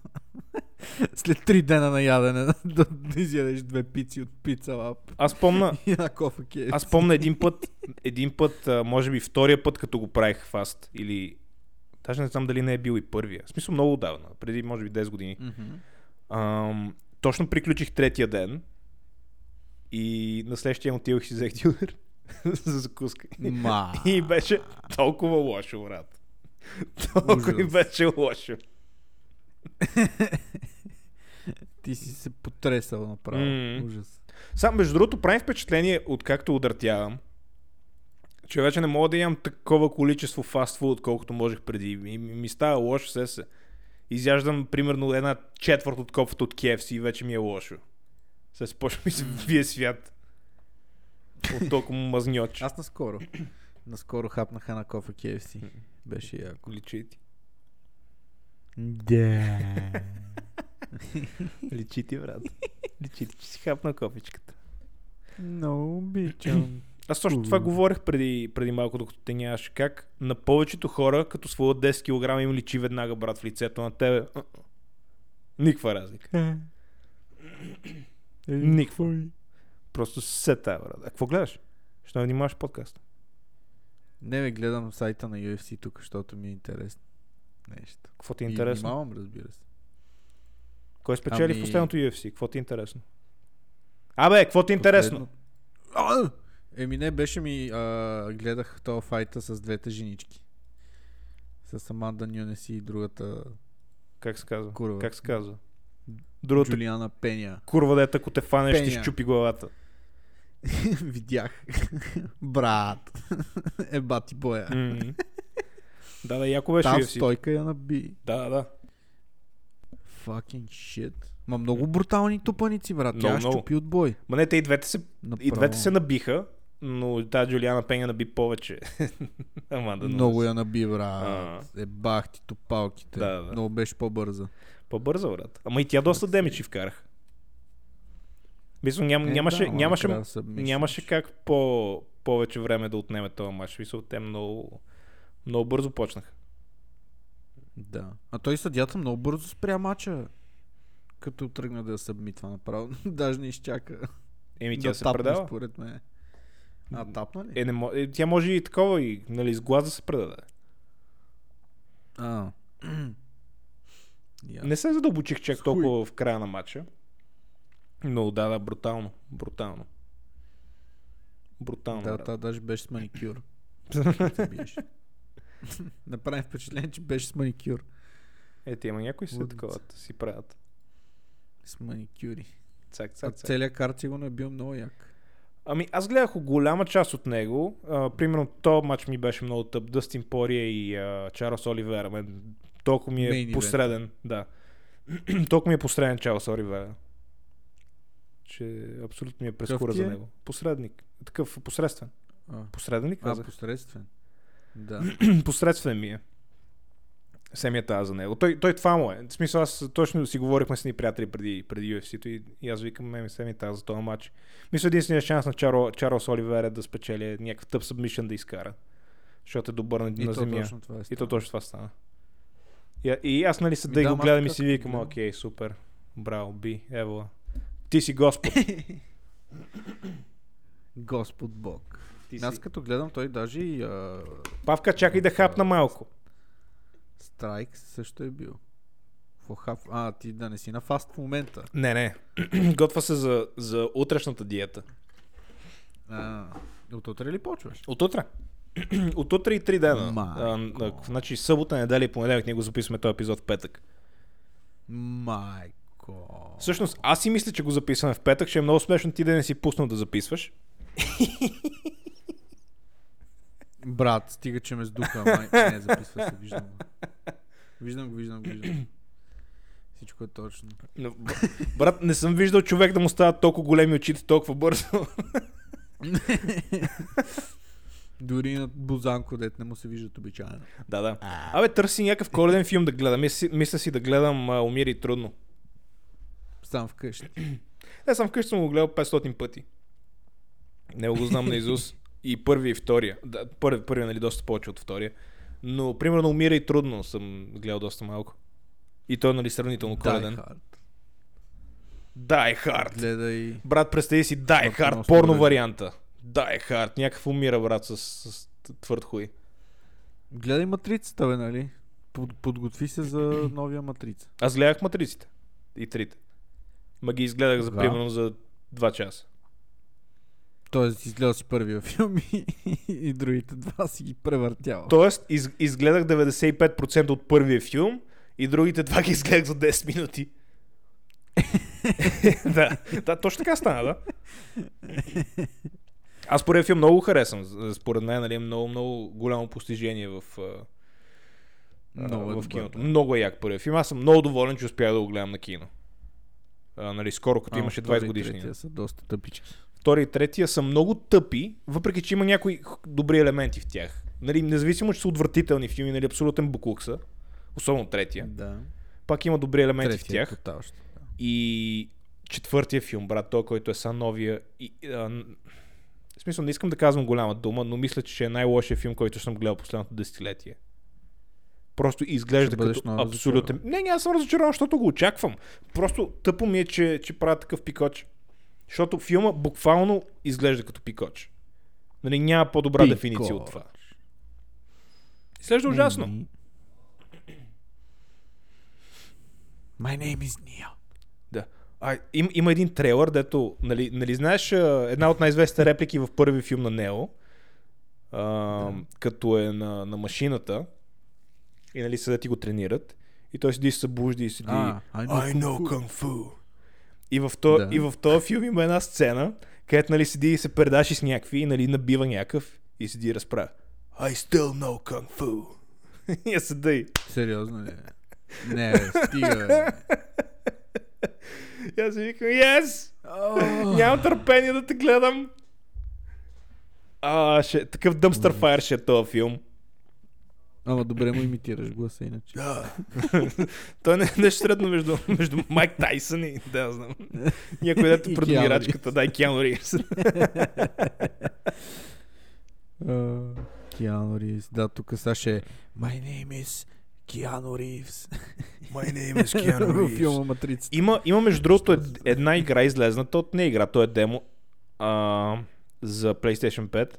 Speaker 2: След три дена на ядене да, да изядеш две пици от пица лап
Speaker 1: Аз помна,
Speaker 2: и една кофа кеф.
Speaker 1: аз помна един път, един път, а, може би втория път, като го правих фаст, или даже не знам дали не е бил и първия. В смисъл много отдавна, преди може би 10 години.
Speaker 2: Мгм.
Speaker 1: Ам, точно приключих третия ден и на следващия му отивах и си взех дюнер за закуска.
Speaker 2: Ма.
Speaker 1: И беше толкова лошо, брат. Толкова и
Speaker 2: Ужас.
Speaker 1: беше лошо.
Speaker 2: Ти си се потресал направо.
Speaker 1: М.
Speaker 2: Ужас.
Speaker 1: Сам, между другото, правим впечатление, откакто удъртявам, че вече не мога да имам такова количество фастфуд, отколкото можех преди. Ми, ми, ми става лошо, се се. Изяждам, примерно, една четвърт от кофата от KFC и вече ми е лошо. Се спочва ми се вие свят. От толкова мазньоч.
Speaker 2: Аз наскоро. Наскоро хапнах една кофа KFC. Беше яко.
Speaker 1: Личи ти.
Speaker 2: Да.
Speaker 1: Личи ти, брат. Личи ти, че си хапна кофичката.
Speaker 2: Много обичам.
Speaker 1: Аз точно това говорех преди, преди малко, докато те нямаше как. На повечето хора, като свалят 10 кг, им личи веднага, брат, в лицето на тебе. а, а. Никаква разлика. Никаква. Просто се тая, брат. А какво гледаш? Ще не внимаваш подкаст.
Speaker 2: Не ме гледам сайта на UFC тук, защото ми е интересно. Нещо.
Speaker 1: Какво ти е
Speaker 2: И
Speaker 1: интересно?
Speaker 2: Внимавам, разбира се.
Speaker 1: Кой е спечели в
Speaker 2: Ами-
Speaker 1: последното UFC? Какво ти е интересно? Абе, какво ти е интересно?
Speaker 2: Последно- А! Еми не, беше ми... А, гледах то файта с двете женички. С Аманда Нюнес и другата
Speaker 1: Как се казва?
Speaker 2: Курва.
Speaker 1: Как се казва? Другата
Speaker 2: Джулиана Пеня.
Speaker 1: курва, дете, ако те фанеш, ще
Speaker 2: Пеня.
Speaker 1: щупи главата.
Speaker 2: Видях. Брат. Еба ти боя.
Speaker 1: М. Да, да, яко беше
Speaker 2: Там
Speaker 1: UFC.
Speaker 2: стойка я наби.
Speaker 1: Да, да, да.
Speaker 2: Fucking shit. Ма много брутални тупаници, брат. Тя
Speaker 1: Много,
Speaker 2: я
Speaker 1: много.
Speaker 2: щупи от бой.
Speaker 1: Ма не, те и двете се
Speaker 2: Направо.
Speaker 1: И двете се набиха, но тази Джулиана Пеня наби повече. Ама да
Speaker 2: Много я наби, брат.
Speaker 1: А.
Speaker 2: Е, бах ти топалките.
Speaker 1: Да, да.
Speaker 2: Много беше по-бърза.
Speaker 1: По-бърза, брат. Ама и тя доста демичи вкарах. Мисля, ням,
Speaker 2: Е,
Speaker 1: нямаше,
Speaker 2: да, ама
Speaker 1: нямаше,
Speaker 2: накрая submission.
Speaker 1: нямаше как по, повече време да отнеме този матч. Мисля, те много, много бързо почнаха.
Speaker 2: Да. А той съдята много бързо спря мача. Като тръгна да я събмитва направо. Даже не изчака.
Speaker 1: Еми,
Speaker 2: Да
Speaker 1: тя се
Speaker 2: тапне,
Speaker 1: предава.
Speaker 2: Според мен. А, тапна ли?
Speaker 1: Е, не, мо- е, тя може и такова, и, нали, с глас да се предаде.
Speaker 2: А. Я.
Speaker 1: Не се задълбочих чак
Speaker 2: Хуй.
Speaker 1: толкова в края на матча. Но да, да, брутално. Брутално. Брутално.
Speaker 2: Да,
Speaker 1: брат.
Speaker 2: та даже беше с маникюр. Направи впечатление, че беше с маникюр.
Speaker 1: Е, ти, ама някои са
Speaker 2: Лудница.
Speaker 1: такова, да си правят.
Speaker 2: С маникюри.
Speaker 1: Цак,
Speaker 2: А
Speaker 1: цак, цак.
Speaker 2: целият карт сигурно е бил много як.
Speaker 1: Ами аз гледах голяма част от него. А, примерно то матч ми беше много тъп. Дъстин Пория и а, Чарлз Оливера. Мен толкова ми е
Speaker 2: Main event.
Speaker 1: посреден. Да. толкова ми е посреден Чарлз Оливера. Че абсолютно ми е прескура
Speaker 2: ти е?
Speaker 1: за него. Посредник. Такъв посредствен.
Speaker 2: А,
Speaker 1: Посреден ли
Speaker 2: а
Speaker 1: казах?
Speaker 2: посредствен. Да.
Speaker 1: посредствен ми е. Семията аз за него. Той, той това му е. В смисъл, аз точно си говорихме с ни приятели преди, преди UFC-то и, и аз викам, ме семията аз за този матч. Мисля, единственият шанс на Чаро, Чарлз Оливер е да спечели някакъв тъп сабмишън да изкара. Защото е добър на,
Speaker 2: И
Speaker 1: на
Speaker 2: то
Speaker 1: земя.
Speaker 2: точно това е.
Speaker 1: И то
Speaker 2: станало.
Speaker 1: точно това стана. И, и аз нали
Speaker 2: Ми
Speaker 1: седа и
Speaker 2: да,
Speaker 1: го
Speaker 2: ама
Speaker 1: гледам
Speaker 2: аз
Speaker 1: и
Speaker 2: така
Speaker 1: си
Speaker 2: като го
Speaker 1: викам,
Speaker 2: гледам.
Speaker 1: окей, супер, браво, би, ево. Ти си господ.
Speaker 2: Господ Бог.
Speaker 1: Ти си.
Speaker 2: Аз като гледам, той даже и а,
Speaker 1: Павка, чакай да хапна малко.
Speaker 2: Страйк също е бил. Какво хап- А, ти да не си на фаст в момента.
Speaker 1: Не, не. Готва се за, за утрешната диета.
Speaker 2: А, от утре ли почваш?
Speaker 1: От утре. От утре и три дена.
Speaker 2: Майко.
Speaker 1: А, н- а, значи събота, неделя и понеделник ние го записваме този епизод в петък.
Speaker 2: Майко.
Speaker 1: Всъщност, аз си мисля, че го записваме в петък. Ще е много смешно ти да не си пуснал да записваш.
Speaker 2: Брат, стига, че ме сдуха. Май... Не, записва се, виждам го. Виждам го, виждам го, виждам. Всичко е точно.
Speaker 1: Но, б- брат, не съм виждал човек да му стават толкова големи очите толкова бързо.
Speaker 2: Дори на Бозанко, дет не му се виждат обичайно.
Speaker 1: да, да. Абе, търси някакъв коледен филм да гледам. Мисля, мисля си да гледам а, Умири трудно.
Speaker 2: Сам вкъщи.
Speaker 1: Не, Е, съм вкъщи съм го гледал 500 пъти. Не го знам на Изус. И първи и втория. Да, първи, първи, нали, доста повече от втория. Но, примерно, умира и трудно съм гледал доста малко. И той, нали, сравнително
Speaker 2: Дай
Speaker 1: коледен.
Speaker 2: хард.
Speaker 1: Дай хард.
Speaker 2: Гледай.
Speaker 1: Брат, представи си, дай
Speaker 2: Абсолютно
Speaker 1: хард,
Speaker 2: според
Speaker 1: порно
Speaker 2: мен.
Speaker 1: варианта. Дай хард. Някакъв умира, брат, с, с твърд хуй.
Speaker 2: Гледай матрицата, бе, нали? Под, подготви се за новия матрица.
Speaker 1: Аз гледах матриците. И трите. Ма ги изгледах за
Speaker 2: Да.
Speaker 1: примерно за 2 часа.
Speaker 2: Тоест, изгледал си първия филм и, и другите два си ги превъртял.
Speaker 1: Тоест, из, изгледах 95% от първия филм и другите два ги изгледах за 10 минути. да, да, точно така стана, да. Аз първия филм много го харесвам. З- Според мен нали, е много, много голямо постижение в, а, а,
Speaker 2: Много е
Speaker 1: в
Speaker 2: добър,
Speaker 1: киното.
Speaker 2: да.
Speaker 1: Много е як първия филм. Аз съм много доволен, че успях да го гледам на кино. А, нали, скоро, като
Speaker 2: А,
Speaker 1: имаше
Speaker 2: втори
Speaker 1: 20
Speaker 2: и
Speaker 1: годишни.
Speaker 2: третия са доста тъпички.
Speaker 1: Втори и третия са много тъпи, въпреки че има някои х- добри елементи в тях. Нали, независимо, че са отвратителни филми, нали, абсолютен буклук са, особено третия,
Speaker 2: Да.
Speaker 1: пак има добри елементи в
Speaker 2: Третия е
Speaker 1: тях.
Speaker 2: тотал ще.
Speaker 1: И четвъртия филм, брат, той, който е са новия. И, а, н- в смисъл, не искам да казвам голяма дума, но мисля, че ще е най-лошия филм, който съм гледал последното десетилетие. Просто изглежда
Speaker 2: Ще бъдеш
Speaker 1: като
Speaker 2: много
Speaker 1: абсолютен. Не, не, аз съм разочарован, защото го очаквам. Просто тъпо ми е, че, че правят такъв пикоч. Защото филма буквално изглежда като пикоч. Нали, няма по-добра
Speaker 2: Пикоч.
Speaker 1: дефиниция от това. Изглежда ужасно.
Speaker 2: Еми. My name is Nia.
Speaker 1: Да. А, им, има един трейлър, дето, нали, нали знаеш а, една от най-известните реплики в първи филм на Нео, а, да. като е на, на машината и нали седят и го тренират и той седи и се събужда и седи
Speaker 2: А, I know kung fu.
Speaker 1: Kung Fu. И в, то,
Speaker 2: Да.
Speaker 1: и в този филм има една сцена, където нали седи и се предаши с някакви и нали набива някакъв и седи и разправя. I still know Kung Fu. и аз седа и...
Speaker 2: Сериозно ли? е? Не, бе, стига. бе.
Speaker 1: и аз си викам, yes!
Speaker 2: О,
Speaker 1: Нямам търпение да те гледам. А, ще, такъв дъмстър файер ще е този филм.
Speaker 2: Ама добре му имитираш гласа иначе.
Speaker 1: Той не е нещо средно между, между Майк Тайсън и да я знам. Някой дето
Speaker 2: И
Speaker 1: пред
Speaker 2: Киану
Speaker 1: мирачката, да, и Киану Ривз.
Speaker 2: Киано Ривз. Да, тук сега ще е My name is Киано Ривз.
Speaker 1: My name is
Speaker 2: Във филма Матрица.
Speaker 1: Има, има между другото ед- една игра излезната от не игра, то е демо а, за PlayStation 5.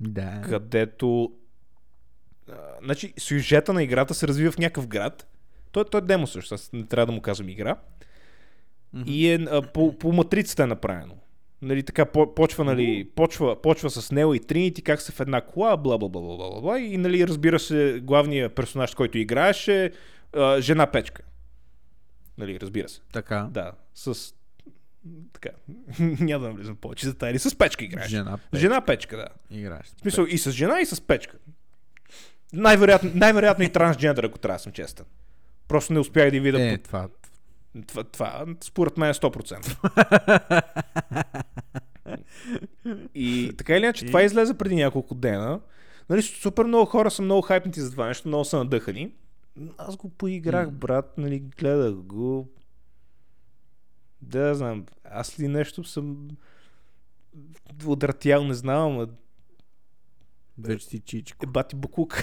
Speaker 2: Да.
Speaker 1: където а, значи сюжета на играта се развива в някакъв град. Той, той е демо също, аз не трябва да му казвам игра.
Speaker 2: Мгм.
Speaker 1: И е, а, по, по матрицата е направено. Нали, така, по, почва, нали, почва, почва с Нео и Тринити, как са в една кола, бла бла бла бла бла, бла бла и нали, разбира се, главният персонаж, който играеше, е а, жена печка. Нали, разбира се.
Speaker 2: Така.
Speaker 1: Да, с Така. Няма да навлизам повече за тази. С печка играеш.
Speaker 2: Жена пет.
Speaker 1: Жена печка, да.
Speaker 2: Играеш. с
Speaker 1: В смисъл и с жена, и с печка. Най-вероятно, най-вероятно и трансджендър, ако трябва да съм честен. Просто не успях да я
Speaker 2: пет.
Speaker 1: видя.
Speaker 2: Е, това.
Speaker 1: по- Това, това, според мен е 100%. И така или иначе, това излезе преди няколко дена. Нали, супер много хора са много хайпнати за това нещо, много са надъхани. Аз го поиграх,
Speaker 2: М.
Speaker 1: брат, нали, гледах го. Да, знам, аз ли нещо съм отратял, не знам, ама
Speaker 2: Вече си чичко.
Speaker 1: е бати буклук.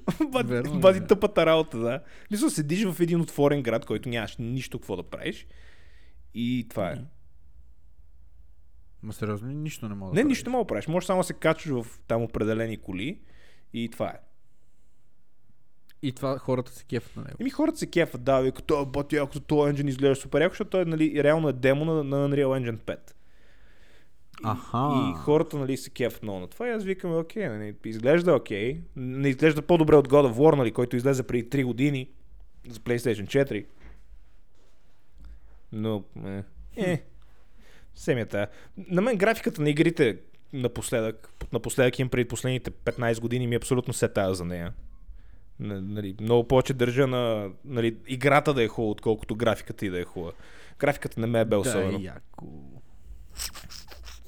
Speaker 1: бати,
Speaker 2: Верно,
Speaker 1: бати
Speaker 2: да.
Speaker 1: тъпата работа, да. Мисля, седиш в един отворен град, който нямаш нищо какво да правиш. И това е.
Speaker 2: Ма сериозно, нищо не мога да
Speaker 1: Не,
Speaker 2: правя.
Speaker 1: нищо не мога да правиш. Може само да се качваш в там определени коли и това е.
Speaker 2: И това хората се кефат на него.
Speaker 1: Еми хората се кефат, да, вика, той е бати, ако този engine изглежда супер яко, защото той нали, реално е демо на, на Unreal Engine 5. И,
Speaker 2: Аха.
Speaker 1: Ами, и хората нали, се кефат много на това и аз викаме, окей, нали, изглежда окей. Не изглежда по-добре от God of War, нали, който излезе преди 3 години за PlayStation 4. Но, е, е семията. На мен графиката на игрите напоследък, напоследък им преди последните 15 години ми е абсолютно се тая за нея. Н- Нали, много повече държа на нали, играта да е хубава, отколкото графиката и да е хубава. Графиката не ме е бе особено.
Speaker 2: Да, яко.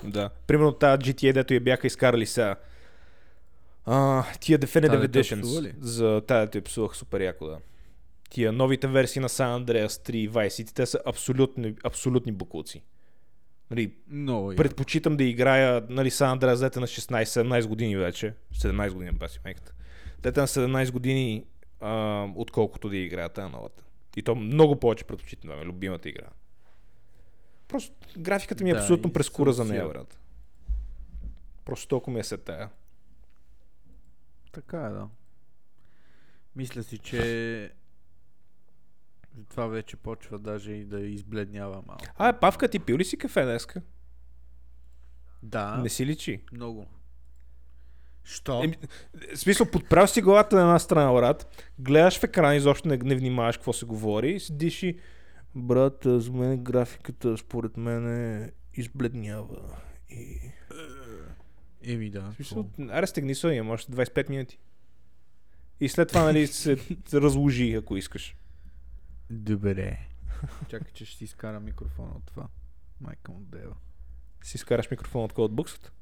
Speaker 1: Да. Примерно тази GTA, дето я бяха изкарали сега. А, тия Definitive
Speaker 2: Та, дето я псува
Speaker 1: Editions.
Speaker 2: ли?
Speaker 1: За тази дето я псувах супер яко, да. Тия новите версии на San Andreas 3 и Vice City, те са абсолютни, абсолютни буклуци. Нали,
Speaker 2: Много яко.
Speaker 1: предпочитам да играя нали, San Andreas дете на 16-17 години вече. 17 години, баси майката. Дете на 17 години, а, отколкото да играя тази новата. И то много повече предпочитам, да, ми е любимата игра. Просто графиката ми е
Speaker 2: Да,
Speaker 1: абсолютно
Speaker 2: и
Speaker 1: прескура за
Speaker 2: съм
Speaker 1: нея,
Speaker 2: сигурен.
Speaker 1: брат. Просто толкова ми е се тая.
Speaker 2: Така е, да. Мисля си, че това вече почва даже и да избледнява малко.
Speaker 1: А, е, Павка, ти пил ли си кафе днеска?
Speaker 2: Да,
Speaker 1: Не си личи.
Speaker 2: много. Що?
Speaker 1: Еми, в смисъл, подправ си главата на една страна, брат, гледаш в екрана, изобщо не, не внимаваш какво се говори и седиш и брат, за мен графиката според мен е избледнява. И...
Speaker 2: Еми да.
Speaker 1: В смисъл, аре стегни се, имам още 25 минути. И след това, нали, се разложи, ако искаш.
Speaker 2: Добре. Чакай, че ще си изкара микрофона от това. Майка му дева.
Speaker 1: Си скараш микрофона от от буксата.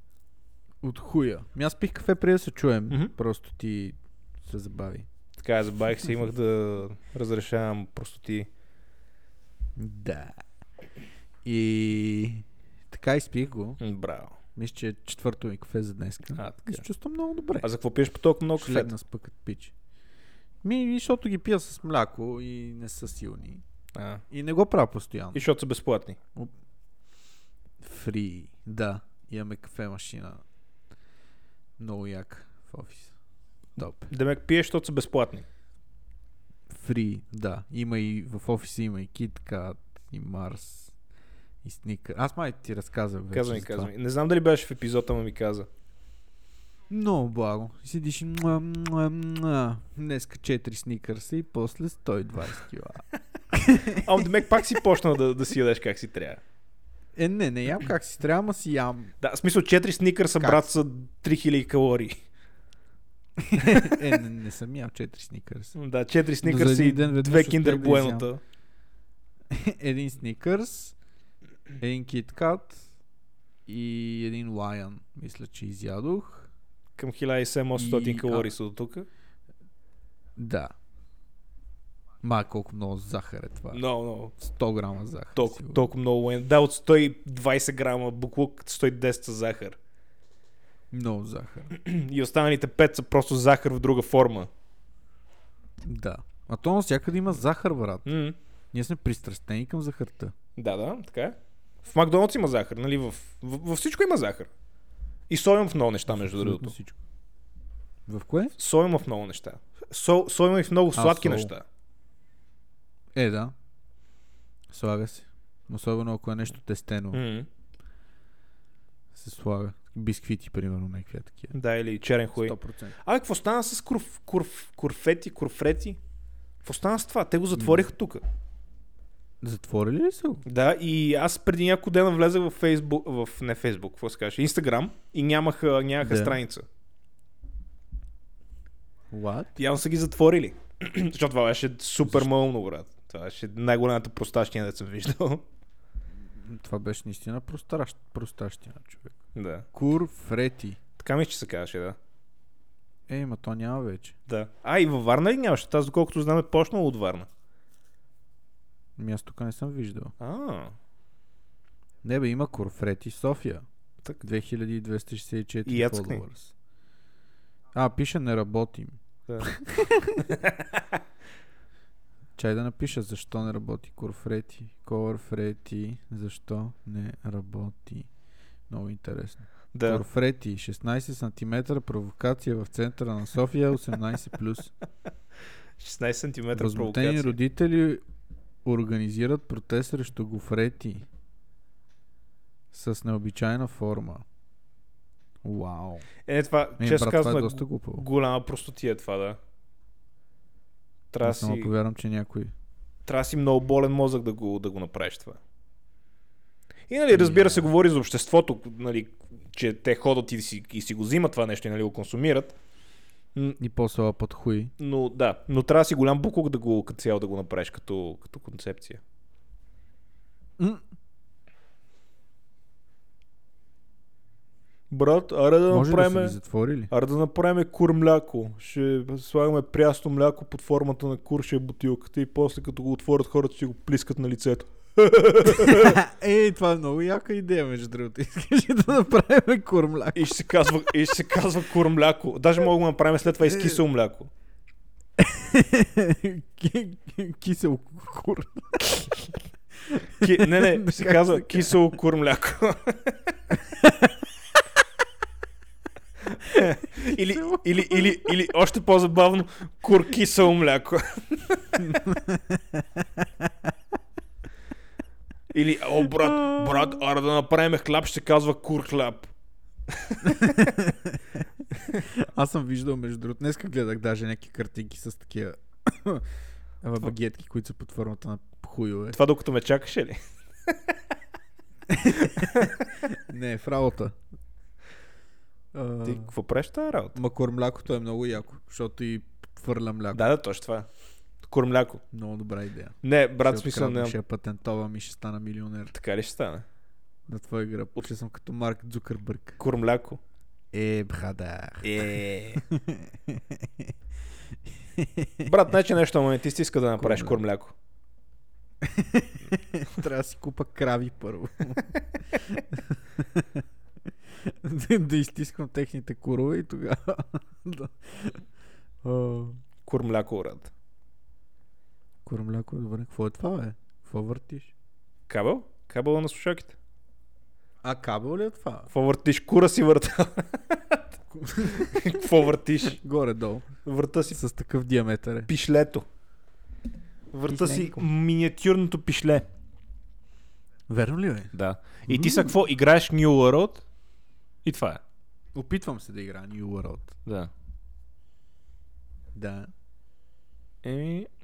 Speaker 2: От хуя. Ми аз пих кафе преди да се чуем.
Speaker 1: Мгм.
Speaker 2: Просто ти се забави.
Speaker 1: Така, забавих се, имах да разрешавам простоти.
Speaker 2: Да. И така изпих го.
Speaker 1: М, Браво.
Speaker 2: Мисля, че е четвърто ми кафе за днес.
Speaker 1: А,
Speaker 2: И
Speaker 1: така.
Speaker 2: се чувствам много добре.
Speaker 1: А за какво пиеш по толкова много кафе?
Speaker 2: Шлегна с пъкът пич. Ми, защото ги пия с мляко и не са силни.
Speaker 1: А.
Speaker 2: И не го правя постоянно.
Speaker 1: И защото са безплатни.
Speaker 2: Фри. Да, имаме кафе машина. Много як в офис. Топ.
Speaker 1: Демек пиеш, защото са безплатни.
Speaker 2: Фри, да. Има и в офиса има и KitKat, и Марс, и Сникър. Аз май ти разказвам вече
Speaker 1: Каза ми,
Speaker 2: за това.
Speaker 1: каза ми. Не знам дали беше в епизода, ама ми каза.
Speaker 2: Много благо. И Седиш и муа, муа, муа. Днеска 4 сникърса и после 120 кила.
Speaker 1: Ам Демек пак си почнал да, да си ядеш как си трябва.
Speaker 2: Е, не, не ям как си трябва, ама си ям.
Speaker 1: Да, в смисъл 4 сникърса,
Speaker 2: Как?
Speaker 1: брат, са 3000 калории.
Speaker 2: Е, не, не съм ял 4 сникърс.
Speaker 1: Да, 4
Speaker 2: за
Speaker 1: сникърса
Speaker 2: един
Speaker 1: и
Speaker 2: ден веднъж
Speaker 1: две
Speaker 2: успях
Speaker 1: киндер
Speaker 2: да
Speaker 1: буената.
Speaker 2: един сникърс, един киткат и един лайън. Мисля, че изядох.
Speaker 1: Към 1700
Speaker 2: И-
Speaker 1: калории
Speaker 2: а.
Speaker 1: са до тук.
Speaker 2: Да. Ма, колко много захар е това.
Speaker 1: Много, много.
Speaker 2: 100 грама захар.
Speaker 1: Толкова,
Speaker 2: сигурно.
Speaker 1: толкова много уен. Да, от 120 грама буклук, 110 са захар.
Speaker 2: Много захар.
Speaker 1: И останалите 5 са просто захар в друга форма.
Speaker 2: да. А то навсякъде има захар, брат.
Speaker 1: м
Speaker 2: Ние сме пристрастени към захарта.
Speaker 1: Да, да, така е. В Макдоналдс има захар, нали? В, в, във всичко има захар. И соем в много неща, между
Speaker 2: Абсолютно
Speaker 1: другото.
Speaker 2: Всичко. В кое?
Speaker 1: Сол има в много неща. Сол, сол има и в много
Speaker 2: А,
Speaker 1: сладки
Speaker 2: сол.
Speaker 1: неща.
Speaker 2: Е, да. Слага се. Особено ако е нещо тестено,
Speaker 1: М,
Speaker 2: се слага. Бисквити, примерно, някакви такива.
Speaker 1: Да, или черен хуй.
Speaker 2: 100%.
Speaker 1: А, какво стана с курф, курф, курфети, курфрети? Какво стана с това? Те го затвориха тук.
Speaker 2: Затворили ли са го?
Speaker 1: Да, и аз преди няколко дена влезах в Фейсбук, в не Фейсбук, какво се каже, Инстаграм и нямаха, нямаха
Speaker 2: Да.
Speaker 1: страница.
Speaker 2: What?
Speaker 1: Явно са ги затворили. Защото това беше супер мълно, брат. Това беше най-голямата простащина, да съм виждал.
Speaker 2: Това беше наистина простращ, простащина, човек.
Speaker 1: да.
Speaker 2: Кур Фрети.
Speaker 1: Така мисля, че се казваше, да.
Speaker 2: Е, ма то няма вече.
Speaker 1: Да. А, и във Варна ли нямаше? Аз, доколкото знам, е почнало от Варна.
Speaker 2: Ми аз тук не съм виждал.
Speaker 1: А,
Speaker 2: Не бе, има Кур Фрети София.
Speaker 1: Така.
Speaker 2: 2264
Speaker 1: И яцкни.
Speaker 2: followers. А, пише не работим.
Speaker 1: да.
Speaker 2: Чай да напиша защо не работи Корфрети. Корфрети, защо не работи. Много интересно. Да.
Speaker 1: да.
Speaker 2: Корфрети, 16 см провокация в центъра на София, 18+. плюс.
Speaker 1: 16 см
Speaker 2: Възмутени
Speaker 1: провокация.
Speaker 2: родители организират протест срещу Гофрети с необичайна форма. Вау.
Speaker 1: Е, това,
Speaker 2: Е,
Speaker 1: честно
Speaker 2: брат, това
Speaker 1: казвам,
Speaker 2: е
Speaker 1: е
Speaker 2: доста глупаво.
Speaker 1: голяма простотия това, да. Трябва да
Speaker 2: Аз
Speaker 1: си,
Speaker 2: само повярвам, че някой...
Speaker 1: трябва да си много болен мозък да го, да го направиш това. И нали, разбира се, говори за обществото, нали, че те ходят и си, и си го взимат това нещо и нали, го консумират. М,
Speaker 2: И после лапат хуй.
Speaker 1: Но да, но трябва да си голям букук да го като цяло да го направиш като, като концепция.
Speaker 2: М,
Speaker 1: Брат, аре да
Speaker 2: Може да са
Speaker 1: направим...
Speaker 2: ги затворили.
Speaker 1: Аре да направим кур мляко. Ще слагаме прясно мляко под формата на кур, ще е бутилката и после като го отворят хората ще го плискат на лицето.
Speaker 2: Ей, това е много яка идея, между другото. Искаш ли да направим кормляк.
Speaker 1: И ще се казва, и ще се казва кур мляко. Даже мога да го направим след това и с кисело мляко.
Speaker 2: Ки- Кисел кур.
Speaker 1: Ки... Не, не, се
Speaker 2: Как
Speaker 1: казва
Speaker 2: се
Speaker 1: кисело кур мляко. или, или, или, или още по-забавно кур кисело мляко. или, о, брат, брат, ара да направим хляб, ще се казва кур хляб.
Speaker 2: Аз съм виждал, между другото, днеска гледах даже някакви картинки с такива а, багетки, които са под формата на хуйове.
Speaker 1: Това докато ме чакаше ли?
Speaker 2: Не, в работа. А,
Speaker 1: Ти какво правиш тази работа?
Speaker 2: Ма кормлякото е много яко, защото и хвърля мляко.
Speaker 1: Да, да, точно това. Кур мляко.
Speaker 2: Много добра идея.
Speaker 1: Не, брат,
Speaker 2: Ще
Speaker 1: смисъл
Speaker 2: открадна,
Speaker 1: не.
Speaker 2: Ще я патентовам и ще стана милионер
Speaker 1: Така ли ще стане?
Speaker 2: на твоя гръб. Ще съм като Марк Дзукърбърг.
Speaker 1: Кур мляко.
Speaker 2: Е, брада.
Speaker 1: Е. Брат, значи нещо, ама не ти си иска да направиш
Speaker 2: Кур
Speaker 1: кур мляко.
Speaker 2: Трябва да си купа крави първо. да, да изтискам техните курове и тогава. да. А,
Speaker 1: Кур мляко, брат.
Speaker 2: Кормляко е добре. Какво е това, бе? Какво въртиш?
Speaker 1: Кабел? Кабела на слушалките.
Speaker 2: А кабел ли е това?
Speaker 1: Какво въртиш? Кура си върта. Какво въртиш?
Speaker 2: Горе-долу.
Speaker 1: Върта си
Speaker 2: С такъв диаметър е.
Speaker 1: пишлето. Върта си
Speaker 2: Пишленко.
Speaker 1: миниатюрното пишле.
Speaker 2: Верно ли е?
Speaker 1: Да. И ти са какво? Играеш New World? И това е.
Speaker 2: Опитвам се да играя New World.
Speaker 1: Да.
Speaker 2: Да.
Speaker 1: Еми,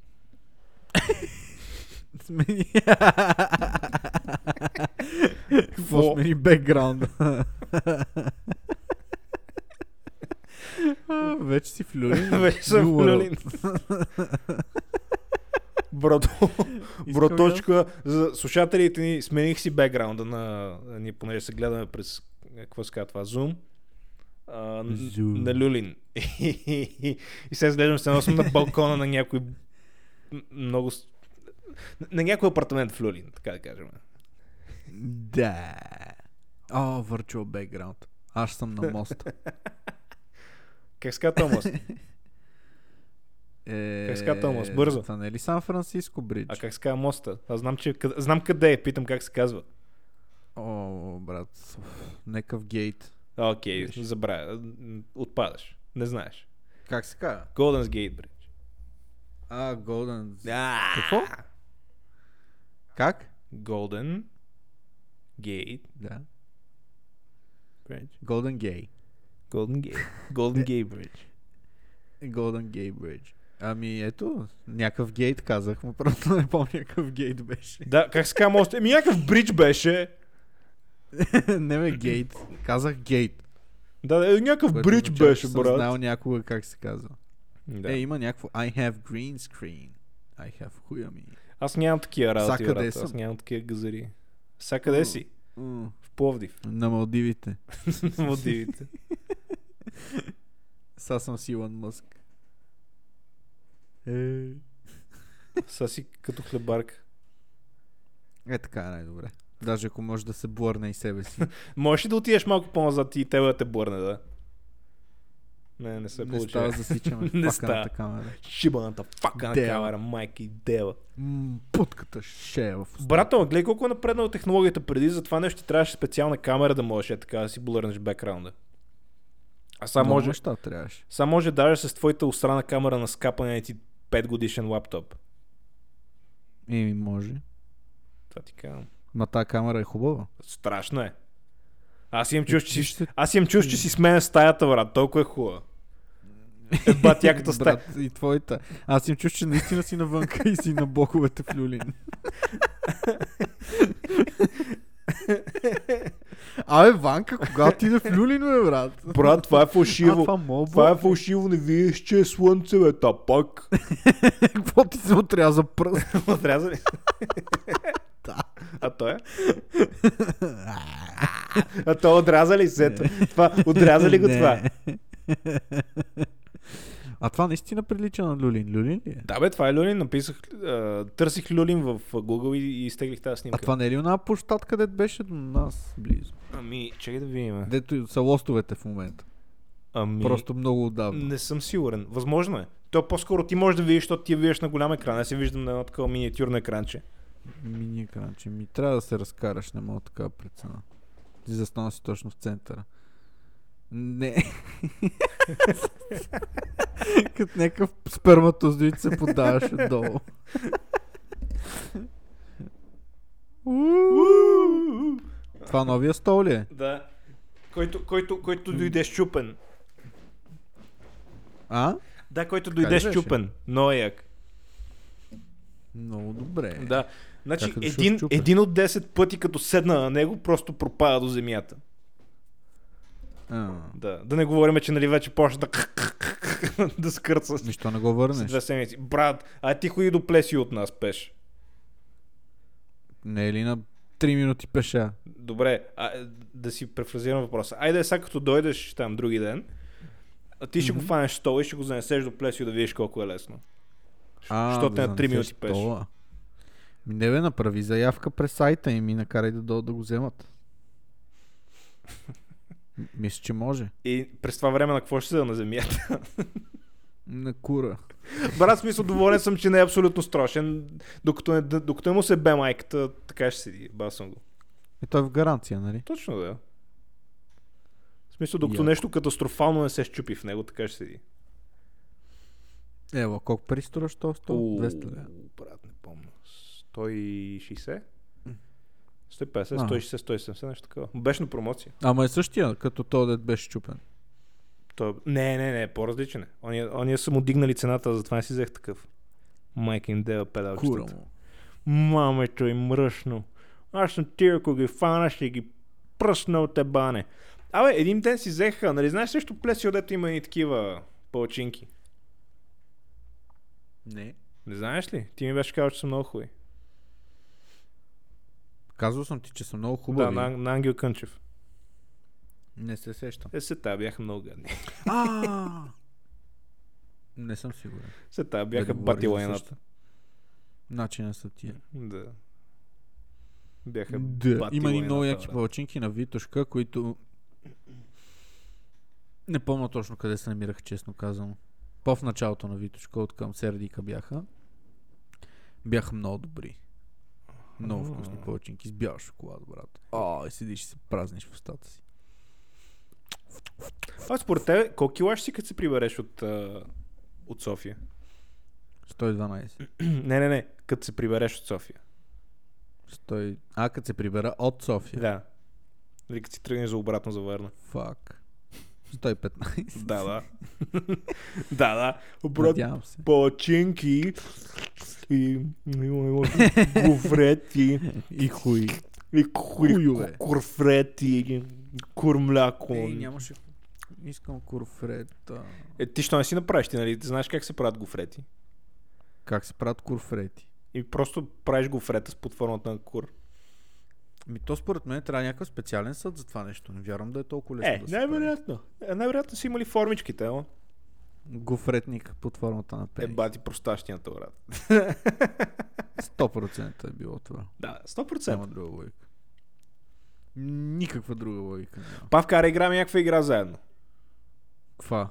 Speaker 2: Смени.
Speaker 1: Какво?
Speaker 2: Какво смени бекграунда? А, Вече си в Люлин.
Speaker 1: вече съм нали?
Speaker 2: New World.
Speaker 1: влюлен. Брат,
Speaker 2: Искам я-
Speaker 1: Броточка, за слушателите ни, смених си бекграунда на... Ние понеже се гледаме през... Какво се казва това? Zoom? А, н-
Speaker 2: Zoom.
Speaker 1: На Люлин. и сега изглеждам се едно съм на балкона на някой... м- Много... с- На някой апартамент в Люлин, така да кажем.
Speaker 2: Да. О, virtual background. Аз съм на мост.
Speaker 1: Как се казва Томас?
Speaker 2: Е,
Speaker 1: Как се казва Томас? Бързо.
Speaker 2: Това не е ли Сан Франциско бридж?
Speaker 1: А как се казва моста? Аз знам, че... къде- Знам къде е, питам как се казва.
Speaker 2: О, брат. Некъв гейт.
Speaker 1: А, Окей,
Speaker 2: Беше.
Speaker 1: забравя. Отпадаш. Не знаеш.
Speaker 2: Как се казва?
Speaker 1: Golden's Gate Bridge.
Speaker 2: А, Golden.
Speaker 1: Какво?
Speaker 2: Как?
Speaker 1: Golden Gate
Speaker 2: Да.
Speaker 1: Bridge.
Speaker 2: Golden Gay.
Speaker 1: Golden Gate. Golden Gate Bridge.
Speaker 2: Golden Gay Bridge. Ами ето, някакъв гейт казах, му просто не помня какъв гейт беше.
Speaker 1: Да, как се казва още? Еми някакъв бридж беше.
Speaker 2: не бе гейт, казах гейт.
Speaker 1: Да, да, е, някакъв
Speaker 2: което
Speaker 1: бридж
Speaker 2: означава,
Speaker 1: беше,
Speaker 2: че съм
Speaker 1: брат.
Speaker 2: знал някога как се казва.
Speaker 1: Да.
Speaker 2: Да. Е, има някакво I have green screen. I have хуя ми.
Speaker 1: Аз нямам такива работи,
Speaker 2: Всякъде
Speaker 1: брат. Аз
Speaker 2: съм.
Speaker 1: нямам такива газари. Всякъде
Speaker 2: М.
Speaker 1: си.
Speaker 2: М,
Speaker 1: В Пловдив.
Speaker 2: На Малдивите.
Speaker 1: На Малдивите.
Speaker 2: Сега съм с Илон Мъск. Е,
Speaker 1: Са си като хлебарка.
Speaker 2: е така е най-добре. Даже ако може да се блърне и себе си.
Speaker 1: Можеш ли да отидеш малко по-назад и тебе да те бърне, да? Не, не се
Speaker 2: не
Speaker 1: получи.
Speaker 2: става засичаме
Speaker 1: Не
Speaker 2: не
Speaker 1: става.
Speaker 2: става. камера.
Speaker 1: Шибаната фака на
Speaker 2: Дева.
Speaker 1: камера, майка и дева.
Speaker 2: М, Путката ще е в уста.
Speaker 1: Брато, гледай колко е напреднала технологията преди, за това нещо ти трябваше специална камера да можеш е така да си блърнеш бекграунда. А сега
Speaker 2: Много
Speaker 1: може,
Speaker 2: неща трябваше.
Speaker 1: сега може даже с твоята устрана камера на скапане ти 5 годишен лаптоп.
Speaker 2: Еми може.
Speaker 1: Това ти казвам.
Speaker 2: Ма тази камера е хубава.
Speaker 1: Страшно е. Аз имам чуш, че
Speaker 2: ти
Speaker 1: си,
Speaker 2: ще-
Speaker 1: аз имам чуш, че си с мен в стаята, брат. Толкова е хубава. Еба тяката Е, стая.
Speaker 2: Брат, и твоята. Аз им чуш, че наистина си навънка и си на боковете в люлин. Абе, Ванка, кога отиде в люлин, бе, брат?
Speaker 1: Брат, това е
Speaker 2: а,
Speaker 1: фалшиво.
Speaker 2: това моба.
Speaker 1: Това е фалшиво, не видиш, че е слънце, бе, та пак.
Speaker 2: Какво ти се отряза пръст?
Speaker 1: Отряза ли? А той е? А то отряза ли сето? Това, отряза ли го
Speaker 2: Не.
Speaker 1: това?
Speaker 2: А това наистина прилича на люлин. Люлин ли е?
Speaker 1: Да бе, това е Люлин, написах, а, търсих Люлин в Google и, и изтеглих тази снимка.
Speaker 2: А това не е ли една площад, където беше до нас близо?
Speaker 1: Ами, чакай да видим.
Speaker 2: Дето и са лостовете в момента.
Speaker 1: Ами,
Speaker 2: Просто много отдавна.
Speaker 1: не съм сигурен. Възможно е. То по-скоро ти можеш да видиш, защото ти я виждаш на голям екран. Аз я виждам на едно такова миниатюрно екранче.
Speaker 2: Мини екранче. Ми трябва да се разкараш, не мога така прецена. Ти застана си точно в центъра. Не. Като някакъв сперматозоид се подаваш отдолу. Това новия стол ли е?
Speaker 1: Да. Който, който, който дойде щупен.
Speaker 2: А?
Speaker 1: Да, който
Speaker 2: ли
Speaker 1: дойде
Speaker 2: беше?
Speaker 1: щупен. Но е як.
Speaker 2: Много добре.
Speaker 1: Да. Значи
Speaker 2: Чакай Е, да се
Speaker 1: един,
Speaker 2: разчупя.
Speaker 1: един от 10 пъти, като седна на него, просто пропада до земята.
Speaker 2: А,
Speaker 1: Да. Да не говорим, че нали вече почна да, да скърца с
Speaker 2: нищо не го
Speaker 1: с
Speaker 2: върнеш.
Speaker 1: две седмици. Брат, а ти ходи до плеси от нас, пеш.
Speaker 2: Не е ли на 3 минути пеша?
Speaker 1: Добре, а, е, да си префразирам въпроса. Айде сега като дойдеш там други ден, а ти ще го
Speaker 2: Мгм.
Speaker 1: фанеш стола и ще го занесеш до плесио да видиш колко е лесно.
Speaker 2: А,
Speaker 1: Що те на три
Speaker 2: занесеш
Speaker 1: минути пеш?
Speaker 2: стола. Ми не бе, направи заявка през сайта и ми накарай да дойдат да го вземат. М- Мисля, че може.
Speaker 1: И през това време на какво ще седа на земята?
Speaker 2: На кура.
Speaker 1: Брат, в смисъл, доволен съм, че не е абсолютно страшен. Докато не, докато не му се бе майката, така ще седи. Басвам го.
Speaker 2: Е, той е в гаранция, нали?
Speaker 1: Точно да. В смисъл, докато
Speaker 2: Яко.
Speaker 1: нещо катастрофално не се щупи в него, така ще седи.
Speaker 2: Ева, колко пари струваш то? 100? 200
Speaker 1: Уу,
Speaker 2: лева.
Speaker 1: Брат, не помня. 160? 150,
Speaker 2: А.
Speaker 1: 160, 170, нещо такова. Беше на промоция.
Speaker 2: Ама е същия, като този дед беше чупен.
Speaker 1: Той... Не, не, не, по-различен е. Ония, ония са му дигнали цената, затова не си взех такъв. Майка им дева
Speaker 2: Кура
Speaker 1: педалчетата.
Speaker 2: му.
Speaker 1: Мамето е мръсно. Аз съм ти, ако ги фана, ще ги пръсна от ебане. Абе, един ден си взеха, нали знаеш също плесио, дето има и такива палчинки.
Speaker 2: Не.
Speaker 1: Не знаеш ли? Ти ми беше казал, че са много хубави.
Speaker 2: Казвал съм ти, че са много
Speaker 1: Да,
Speaker 2: хубави.
Speaker 1: на, на Ангел Кънчев.
Speaker 2: Не се сещам.
Speaker 1: Е, се тая бяха много гадни.
Speaker 2: А! Не съм сигурен.
Speaker 1: Се тая бяха
Speaker 2: говориш за
Speaker 1: батила едната.
Speaker 2: същото. Начина са тия.
Speaker 1: Да. Бяха
Speaker 2: Да,
Speaker 1: батила
Speaker 2: има и много
Speaker 1: едната,
Speaker 2: яки
Speaker 1: брат.
Speaker 2: палачинки на Витушка, които... Не помня точно къде се намирах, честно казвам. По в началото на Витушка, от към Сердика бяха. Бяха много добри. Много вкусни
Speaker 1: А.
Speaker 2: палачинки с бял шоколад, брат. О, седиш и се празниш в устата си.
Speaker 1: А според тебе, колко кила ще си като се прибереш от, а, от София?
Speaker 2: 112.
Speaker 1: не, не, не, като се прибереш от София.
Speaker 2: 100... А, като се прибера от София.
Speaker 1: Нали, Да. Или като си тръгнеш за обратно за Варна.
Speaker 2: Фак. 115.
Speaker 1: Да, да. да, да. Брат,
Speaker 2: Надявам се.
Speaker 1: палачинки и гуфрети
Speaker 2: И хуй.
Speaker 1: и кур-
Speaker 2: Хуйове.
Speaker 1: курфрети курмляко.
Speaker 2: Ей, нямаше... Искам курфрета.
Speaker 1: Е, ти що не си направиш ти, нали? Ти знаеш как се правят гуфрети.
Speaker 2: Как се правят курфрети?
Speaker 1: И просто правиш гуфрета с под формата на кур.
Speaker 2: Ми то според мен трябва някакъв специален съд за това нещо. Не вярвам да е толкова лесно
Speaker 1: Е,
Speaker 2: да се прави.
Speaker 1: най-вероятно. Е, най-вероятно са имали формичките, ама.
Speaker 2: Гофретник под формата на
Speaker 1: Е,
Speaker 2: пени.
Speaker 1: бати простащината, брат.
Speaker 2: 100% е било това.
Speaker 1: Да, 100%.
Speaker 2: Няма друга логика. Никаква друга логика няма.
Speaker 1: Па вкара играме някаква игра заедно.
Speaker 2: Ква?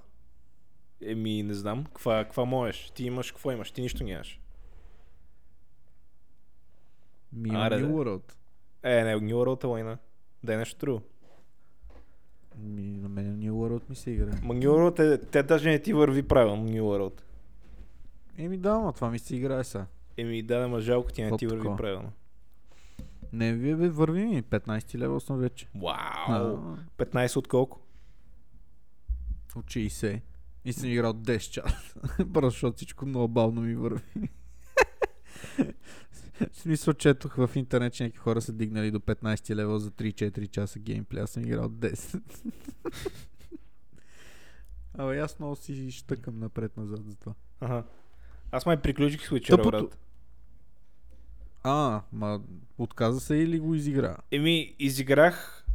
Speaker 1: Еми, не знам. Каква, каква можеш? Ти имаш, какво имаш? Ти нищо нямаш.
Speaker 2: Ми има
Speaker 1: Аре,
Speaker 2: New
Speaker 1: да.
Speaker 2: World.
Speaker 1: Е, не, New World е лайна. Да е нещо друго.
Speaker 2: Ми, на мен New World ми се играе.
Speaker 1: Ма New World е, те даже не ти върви правилно, New World.
Speaker 2: Еми да, ма това ми се играе сега.
Speaker 1: Еми, да, да, ма жалко ти не
Speaker 2: Какво
Speaker 1: ти върви
Speaker 2: такова?
Speaker 1: правилно.
Speaker 2: Не, вие бе, върви ми. 15 лева съм вече.
Speaker 1: Вау!
Speaker 2: А,
Speaker 1: 15 от колко?
Speaker 2: от 60. И съм играл 10 часа. Просто защото всичко много бавно ми върви. в смисъл, четох в интернет, че някакви хора са дигнали до 15 лева за 3-4 часа геймплей. Аз съм играл 10. Абе, аз много си щъкам напред-назад за това.
Speaker 1: Аха. Аз май приключих с Witcher,
Speaker 2: Тъпото-
Speaker 1: брат.
Speaker 2: А, ма отказа се или го изигра?
Speaker 1: Еми, изиграх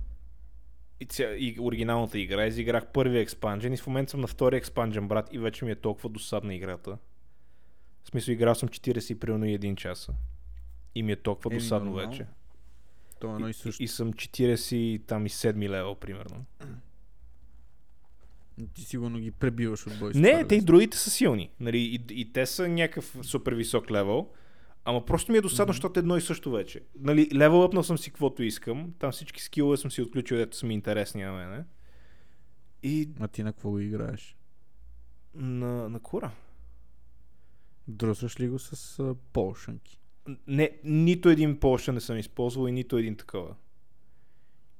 Speaker 1: и, ця... и оригиналната игра, изиграх първия експанжен и в момента съм на втория експанжен, брат, и вече ми е толкова досадна играта. В смисъл, играл съм 40 и примерно и 1 часа. И ми е толкова
Speaker 2: Еми,
Speaker 1: досадно
Speaker 2: нормално.
Speaker 1: вече.
Speaker 2: То е едно и също.
Speaker 1: И съм 40 и там и 7 левел, примерно.
Speaker 2: Ти сигурно ги пребиваш от бой. с
Speaker 1: Не,
Speaker 2: първи.
Speaker 1: те и другите са силни. Нали, и, и те са някакъв супер висок левел. Ама просто ми е досадно, защото едно и също вече. Нали, левел апнал съм си каквото искам. Там всички скилове съм си отключил, дето са ми интересни на мене. И
Speaker 2: А ти на какво го играеш?
Speaker 1: на, на кура.
Speaker 2: Друсваш ли го с а, полшанки?
Speaker 1: Н- Не, нито един Porsche не съм използвал и нито един такова.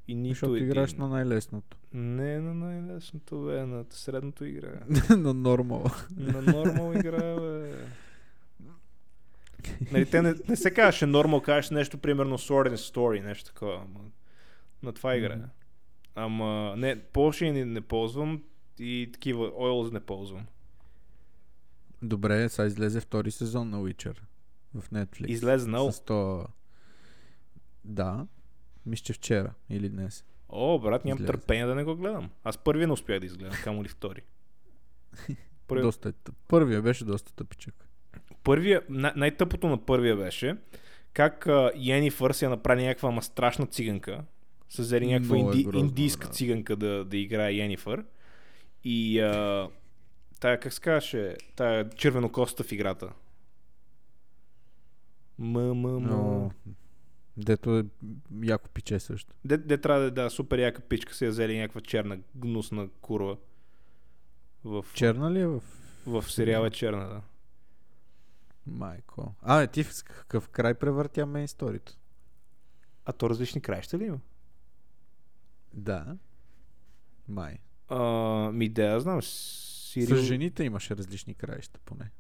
Speaker 1: И нито
Speaker 2: Защото
Speaker 1: един.
Speaker 2: играеш на най-лесното.
Speaker 1: Не на най-лесното, бе, на средното игра.
Speaker 2: на нормала.
Speaker 1: На нормал игра, бе. Нали, те не, не се казваше нормал, казваш нещо примерно Sword and Story, нещо такова. Ама, на това игра.
Speaker 2: Мгм.
Speaker 1: Ама, не, Porsche не, не ползвам и такива Oils не ползвам.
Speaker 2: Добре, сега излезе втори сезон на Witcher в Netflix.
Speaker 1: Излезнал.
Speaker 2: С то... Да. Мисля, че вчера или днес.
Speaker 1: О, брат, нямам
Speaker 2: Излезе.
Speaker 1: търпение да не го гледам. Аз първия не успях да изгледам, камо ли втори. Първия,
Speaker 2: Доста е тъп. Първия беше доста тъпичък.
Speaker 1: първия, най- най-тъпото на първия беше как а, Йенифър си я направи някаква ама страшна циганка. Са взели някаква
Speaker 2: Много е
Speaker 1: инди,
Speaker 2: грозно,
Speaker 1: индийска
Speaker 2: брат.
Speaker 1: циганка да, да играе Йенифър. И а, тая, как се казваше, тая червенокоста в играта. М, м, м.
Speaker 2: Но... Дето е яко пиче също.
Speaker 1: Де, де трябва да е, да, супер яка пичка се я взели някаква черна гнусна курва. В,
Speaker 2: Черна ли е в...
Speaker 1: в сериала е черна, да.
Speaker 2: Майко. А, е, ти в какъв край превъртя мейн сторито?
Speaker 1: А то различни краища ли има?
Speaker 2: Да. Май.
Speaker 1: А, ми да, аз знам. Сирил...
Speaker 2: С жените имаше различни краища поне.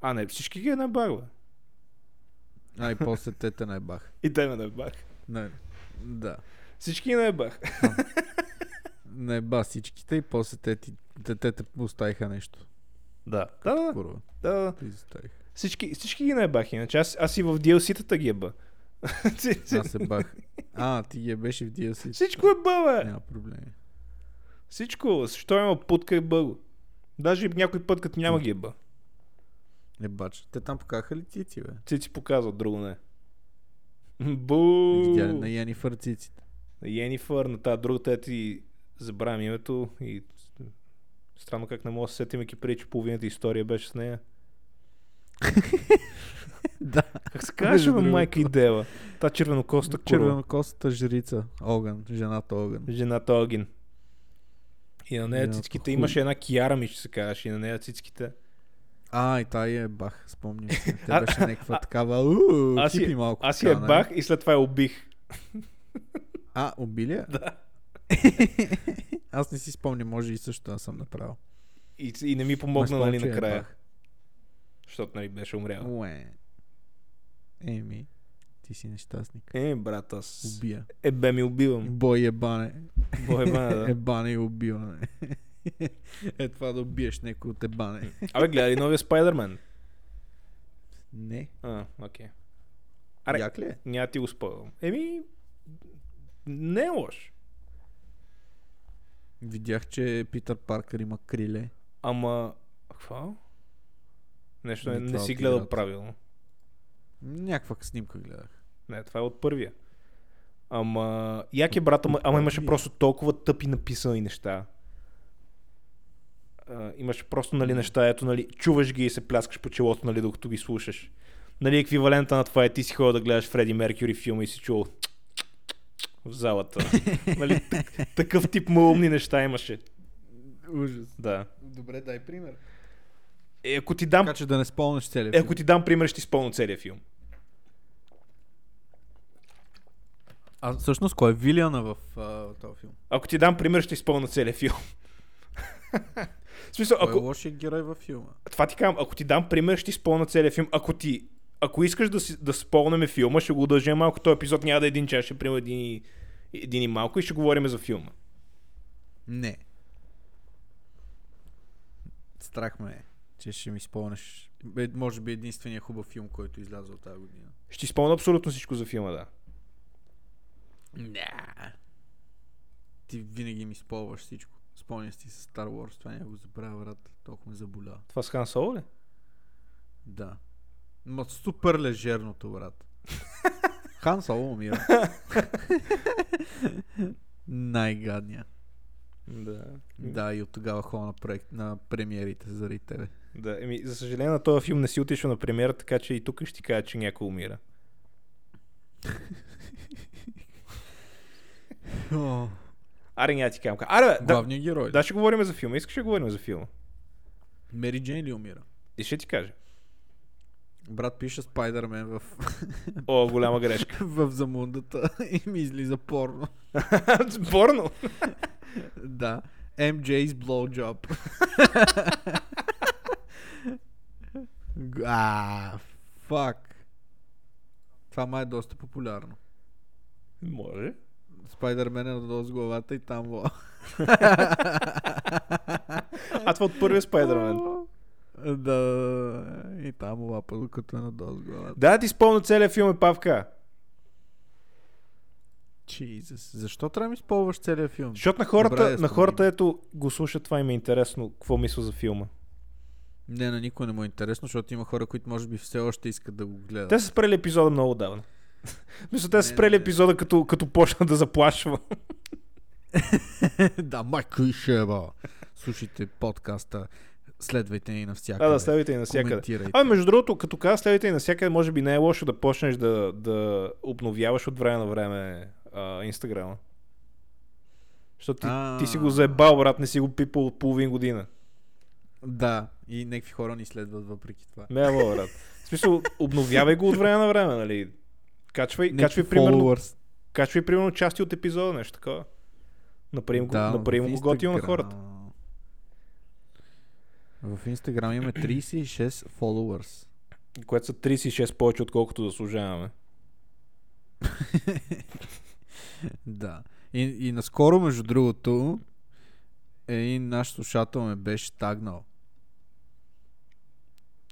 Speaker 1: А, не, всички ги е набагва.
Speaker 2: А и после те те наебах.
Speaker 1: И те ме набах.
Speaker 2: Не, да.
Speaker 1: Всички ги набах.
Speaker 2: Наеба всичките и после те ти те, те, те оставиха нещо.
Speaker 1: Да. Да, да,
Speaker 2: Курва.
Speaker 1: да, да.
Speaker 2: Ти заставих.
Speaker 1: Всички, всички ги набах. Иначе аз, аз и в DLC-тата ги е ба.
Speaker 2: Аз се бах. А, ти ги я беше в DLC.
Speaker 1: Всичко е ба, бе.
Speaker 2: Няма проблеми.
Speaker 1: Всичко. Защо има путка и бъго? Даже и някой път, като няма ги е ба.
Speaker 2: Не бач. Те там покаха ли цици, бе?
Speaker 1: Цици показва, друго не. Бу.
Speaker 2: Видя ли на Янифър циците?
Speaker 1: Йенифър, на тази другата е ти забравям името и странно как не мога да се сетим, ки преди, че половината история беше с нея.
Speaker 2: Да.
Speaker 1: Как се
Speaker 2: Между
Speaker 1: казваше, бе,
Speaker 2: другото.
Speaker 1: майка и дева? Та червенокоста курва.
Speaker 2: Червенокосата жрица. Огън. Жената огън.
Speaker 1: Жената Огин. И на нея
Speaker 2: Жената
Speaker 1: цицките
Speaker 2: хуй.
Speaker 1: имаше една киара ми, ще се казваше. И на нея цицките.
Speaker 2: А, и тая я е бах. Спомням се. Те
Speaker 1: А-
Speaker 2: беше някаква
Speaker 1: а-
Speaker 2: такава. уу,
Speaker 1: аз я-
Speaker 2: Хипи малко.
Speaker 1: Аз
Speaker 2: така,
Speaker 1: я
Speaker 2: нали?
Speaker 1: бах и след това я убих.
Speaker 2: А, убили? Да. Аз не си спомням, може и също аз съм направил.
Speaker 1: И, и не ми
Speaker 2: Ма
Speaker 1: помогна,
Speaker 2: спомням,
Speaker 1: нали,
Speaker 2: че я
Speaker 1: накрая.
Speaker 2: бах.
Speaker 1: Защото, нали, беше умрял.
Speaker 2: Уе. Еми, ти си нещастник.
Speaker 1: Е, брат, аз...
Speaker 2: Убия.
Speaker 1: Ебе Е, ми убивам.
Speaker 2: Бой ебане.
Speaker 1: Бой, бана, да.
Speaker 2: Ебане и убиване. е това да убиеш някой от ебане.
Speaker 1: Абе, гледа ли новия Спайдермен?
Speaker 2: Не.
Speaker 1: А, окей. Аре.
Speaker 2: Аре. Як ли е?
Speaker 1: Няма ти го спъвам. Еми, не е лош.
Speaker 2: Видях, че Питър Паркър има криле.
Speaker 1: Ама, какво? Нещо не,
Speaker 2: Ми,
Speaker 1: не
Speaker 2: това
Speaker 1: си
Speaker 2: от
Speaker 1: гледал
Speaker 2: играта.
Speaker 1: правилно.
Speaker 2: Някаква снимка гледах.
Speaker 1: Не, това е от първия. Ама, як е брат, ама, ама имаше
Speaker 2: първия.
Speaker 1: просто толкова тъпи написани неща. А, имаше просто, нали, неща, ето, нали, чуваш ги и се пляскаш по челото, нали, докато ги слушаш. Нали, еквивалента на това е ти си ходил да гледаш Фреди Меркюри филма и си чул в залата. нали, так, такъв тип малумни неща имаше.
Speaker 2: Ужас.
Speaker 1: Да.
Speaker 2: Добре, дай пример.
Speaker 1: Е, ако ти дам
Speaker 2: Така че да не спомняш целия
Speaker 1: Е, Ако ти дам пример, ще изпълня целия филм.
Speaker 2: А всъщност кой е Вилиана в а, този филм?
Speaker 1: Ако ти дам пример, ще изпълня целия филм. в смисъл,
Speaker 2: Кой е
Speaker 1: ако,
Speaker 2: лошия герой във филма?
Speaker 1: това ти казвам, ако ти дам пример, ще изпълня целия филм. Ако ти ако искаш да, си, да спомняме филма, ще го удължим малко. Този епизод няма да е един час, ще приема един, и- един и малко и ще говорим за филма.
Speaker 2: Не. Страх ме е, че ще ми спомнеш. Бе, Може би единствения хубав филм, който излязъл тази година.
Speaker 1: Ще изпълня абсолютно всичко за филма, да.
Speaker 2: Не. Ти винаги ми спомняш всичко. Спомняш си с Star Wars, това няма го забравя, брат. Толкова ме заболя.
Speaker 1: Това с Хан Соло ли?
Speaker 2: Да. Ма супер лежерното, брат. Хан Соло умира. Най-гадния.
Speaker 1: Да.
Speaker 2: Да, и от тогава хора на, проект, на премиерите заради тебе.
Speaker 1: да. Еми, за съжаление на този филм не си отишъл на премиера, така че и тук ще ти кажа, че някой умира. Аре, няма да ти кажа. Аре, бе, да,
Speaker 2: Главният герой.
Speaker 1: да, ще говорим за филма. Искаш да говорим за филма.
Speaker 2: Мери Джейн ли умира?
Speaker 1: И ще ти кажа.
Speaker 2: Брат пише Спайдермен в,
Speaker 1: О, голяма грешка.
Speaker 2: в замундата и ми излиза порно.
Speaker 1: Сборно.
Speaker 2: да. MJ's blowjob. Г- а, фак. Това май е доста популярно.
Speaker 1: Може.
Speaker 2: Спайдермен е надолу с главата и там ло.
Speaker 1: А това от първия Спайдермен.
Speaker 2: Да, да, да. и там лапа, докато е надолу с главата.
Speaker 1: Да, ти спомня целият филм е павка.
Speaker 2: Jesus. Защо трябва да ми използваш целият филм?
Speaker 1: Защото на
Speaker 2: Добре,
Speaker 1: хората,
Speaker 2: я
Speaker 1: на
Speaker 2: спомням.
Speaker 1: хората ето го слушат това им е интересно какво мисля за филма.
Speaker 2: Не, на никой не му е интересно, защото има хора, които може би все още искат да го гледат.
Speaker 1: Те са спрели епизода много давно. Мисля, те са
Speaker 2: Не,
Speaker 1: спрели
Speaker 2: не, не.
Speaker 1: епизода като, като почна да заплашва.
Speaker 2: да, майка и шеба. Слушайте подкаста, следвайте ни навсякъде.
Speaker 1: Да, да, следвайте и навсякъде.
Speaker 2: Коментирайте.
Speaker 1: А, между другото, като каза следвайте и навсякъде, може би не е лошо да почнеш да, да обновяваш от време на време а, Инстаграма. Защото ти, ти си го
Speaker 2: А.
Speaker 1: заебал, брат, не си го пипал от половин година.
Speaker 2: Да, и някакви хора ни следват въпреки това.
Speaker 1: Не е лош, брат. В смисъл, обновявай го от време на време, нали? Качвай,
Speaker 2: Някакви
Speaker 1: качвай, примерно,
Speaker 2: followers.
Speaker 1: качвай примерно части от епизода, нещо такова. Направим го,
Speaker 2: Да,
Speaker 1: направим
Speaker 2: в
Speaker 1: го готино на
Speaker 2: Инстаграм.
Speaker 1: хората.
Speaker 2: В Инстаграм имаме 36 followers.
Speaker 1: Което са 36 повече, отколкото заслужаваме.
Speaker 2: Да. И, и наскоро, между другото, един наш слушател ме беше тагнал.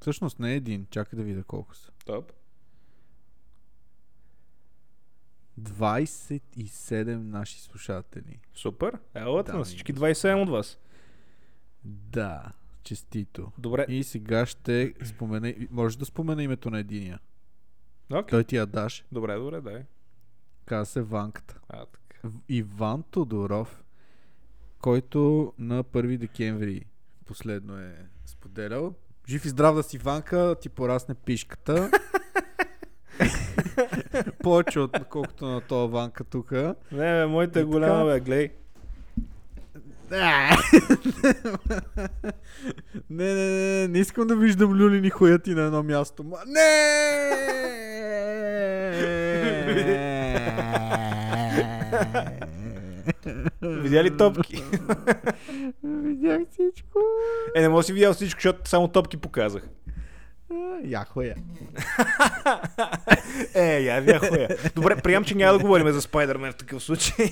Speaker 2: Всъщност не един, чакай да видя колко са.
Speaker 1: Топ.
Speaker 2: 27 наши слушатели.
Speaker 1: Супер. Елата
Speaker 2: Да,
Speaker 1: на
Speaker 2: ми
Speaker 1: всички 27 от вас.
Speaker 2: Да, честито.
Speaker 1: Добре.
Speaker 2: И сега ще спомена... Може да спомена името на единия.
Speaker 1: Окей.
Speaker 2: Той ти я даш.
Speaker 1: Добре, добре, дай.
Speaker 2: Каза се Ванката.
Speaker 1: А, така.
Speaker 2: В- Иван Тодоров, който на 1 декември последно е споделял. Жив и здрав да си Ванка, ти порасне пишката. Повече от колкото на това Ванка тук.
Speaker 1: Не, бе, моята е
Speaker 2: И така.
Speaker 1: голяма, бе, глей.
Speaker 2: не, не, не, не искам да виждам люлини хуяти на едно място. Ма... Не!
Speaker 1: Видя ли топки?
Speaker 2: Видях всичко.
Speaker 1: Е, не мога да си видял всичко, защото само топки показах.
Speaker 2: А, Яхо е.
Speaker 1: Е, я ви я хуя. Добре, приемам, че няма да говорим за Spider-Man в такъв случай.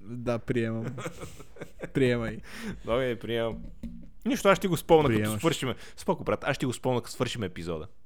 Speaker 2: Да, приемам. Приемай.
Speaker 1: Добре, приемам. Нищо, аз ще го спомня, като
Speaker 2: Приемаш.
Speaker 1: свършим. Споко, брат, аз ще го спомня, като свършим епизода.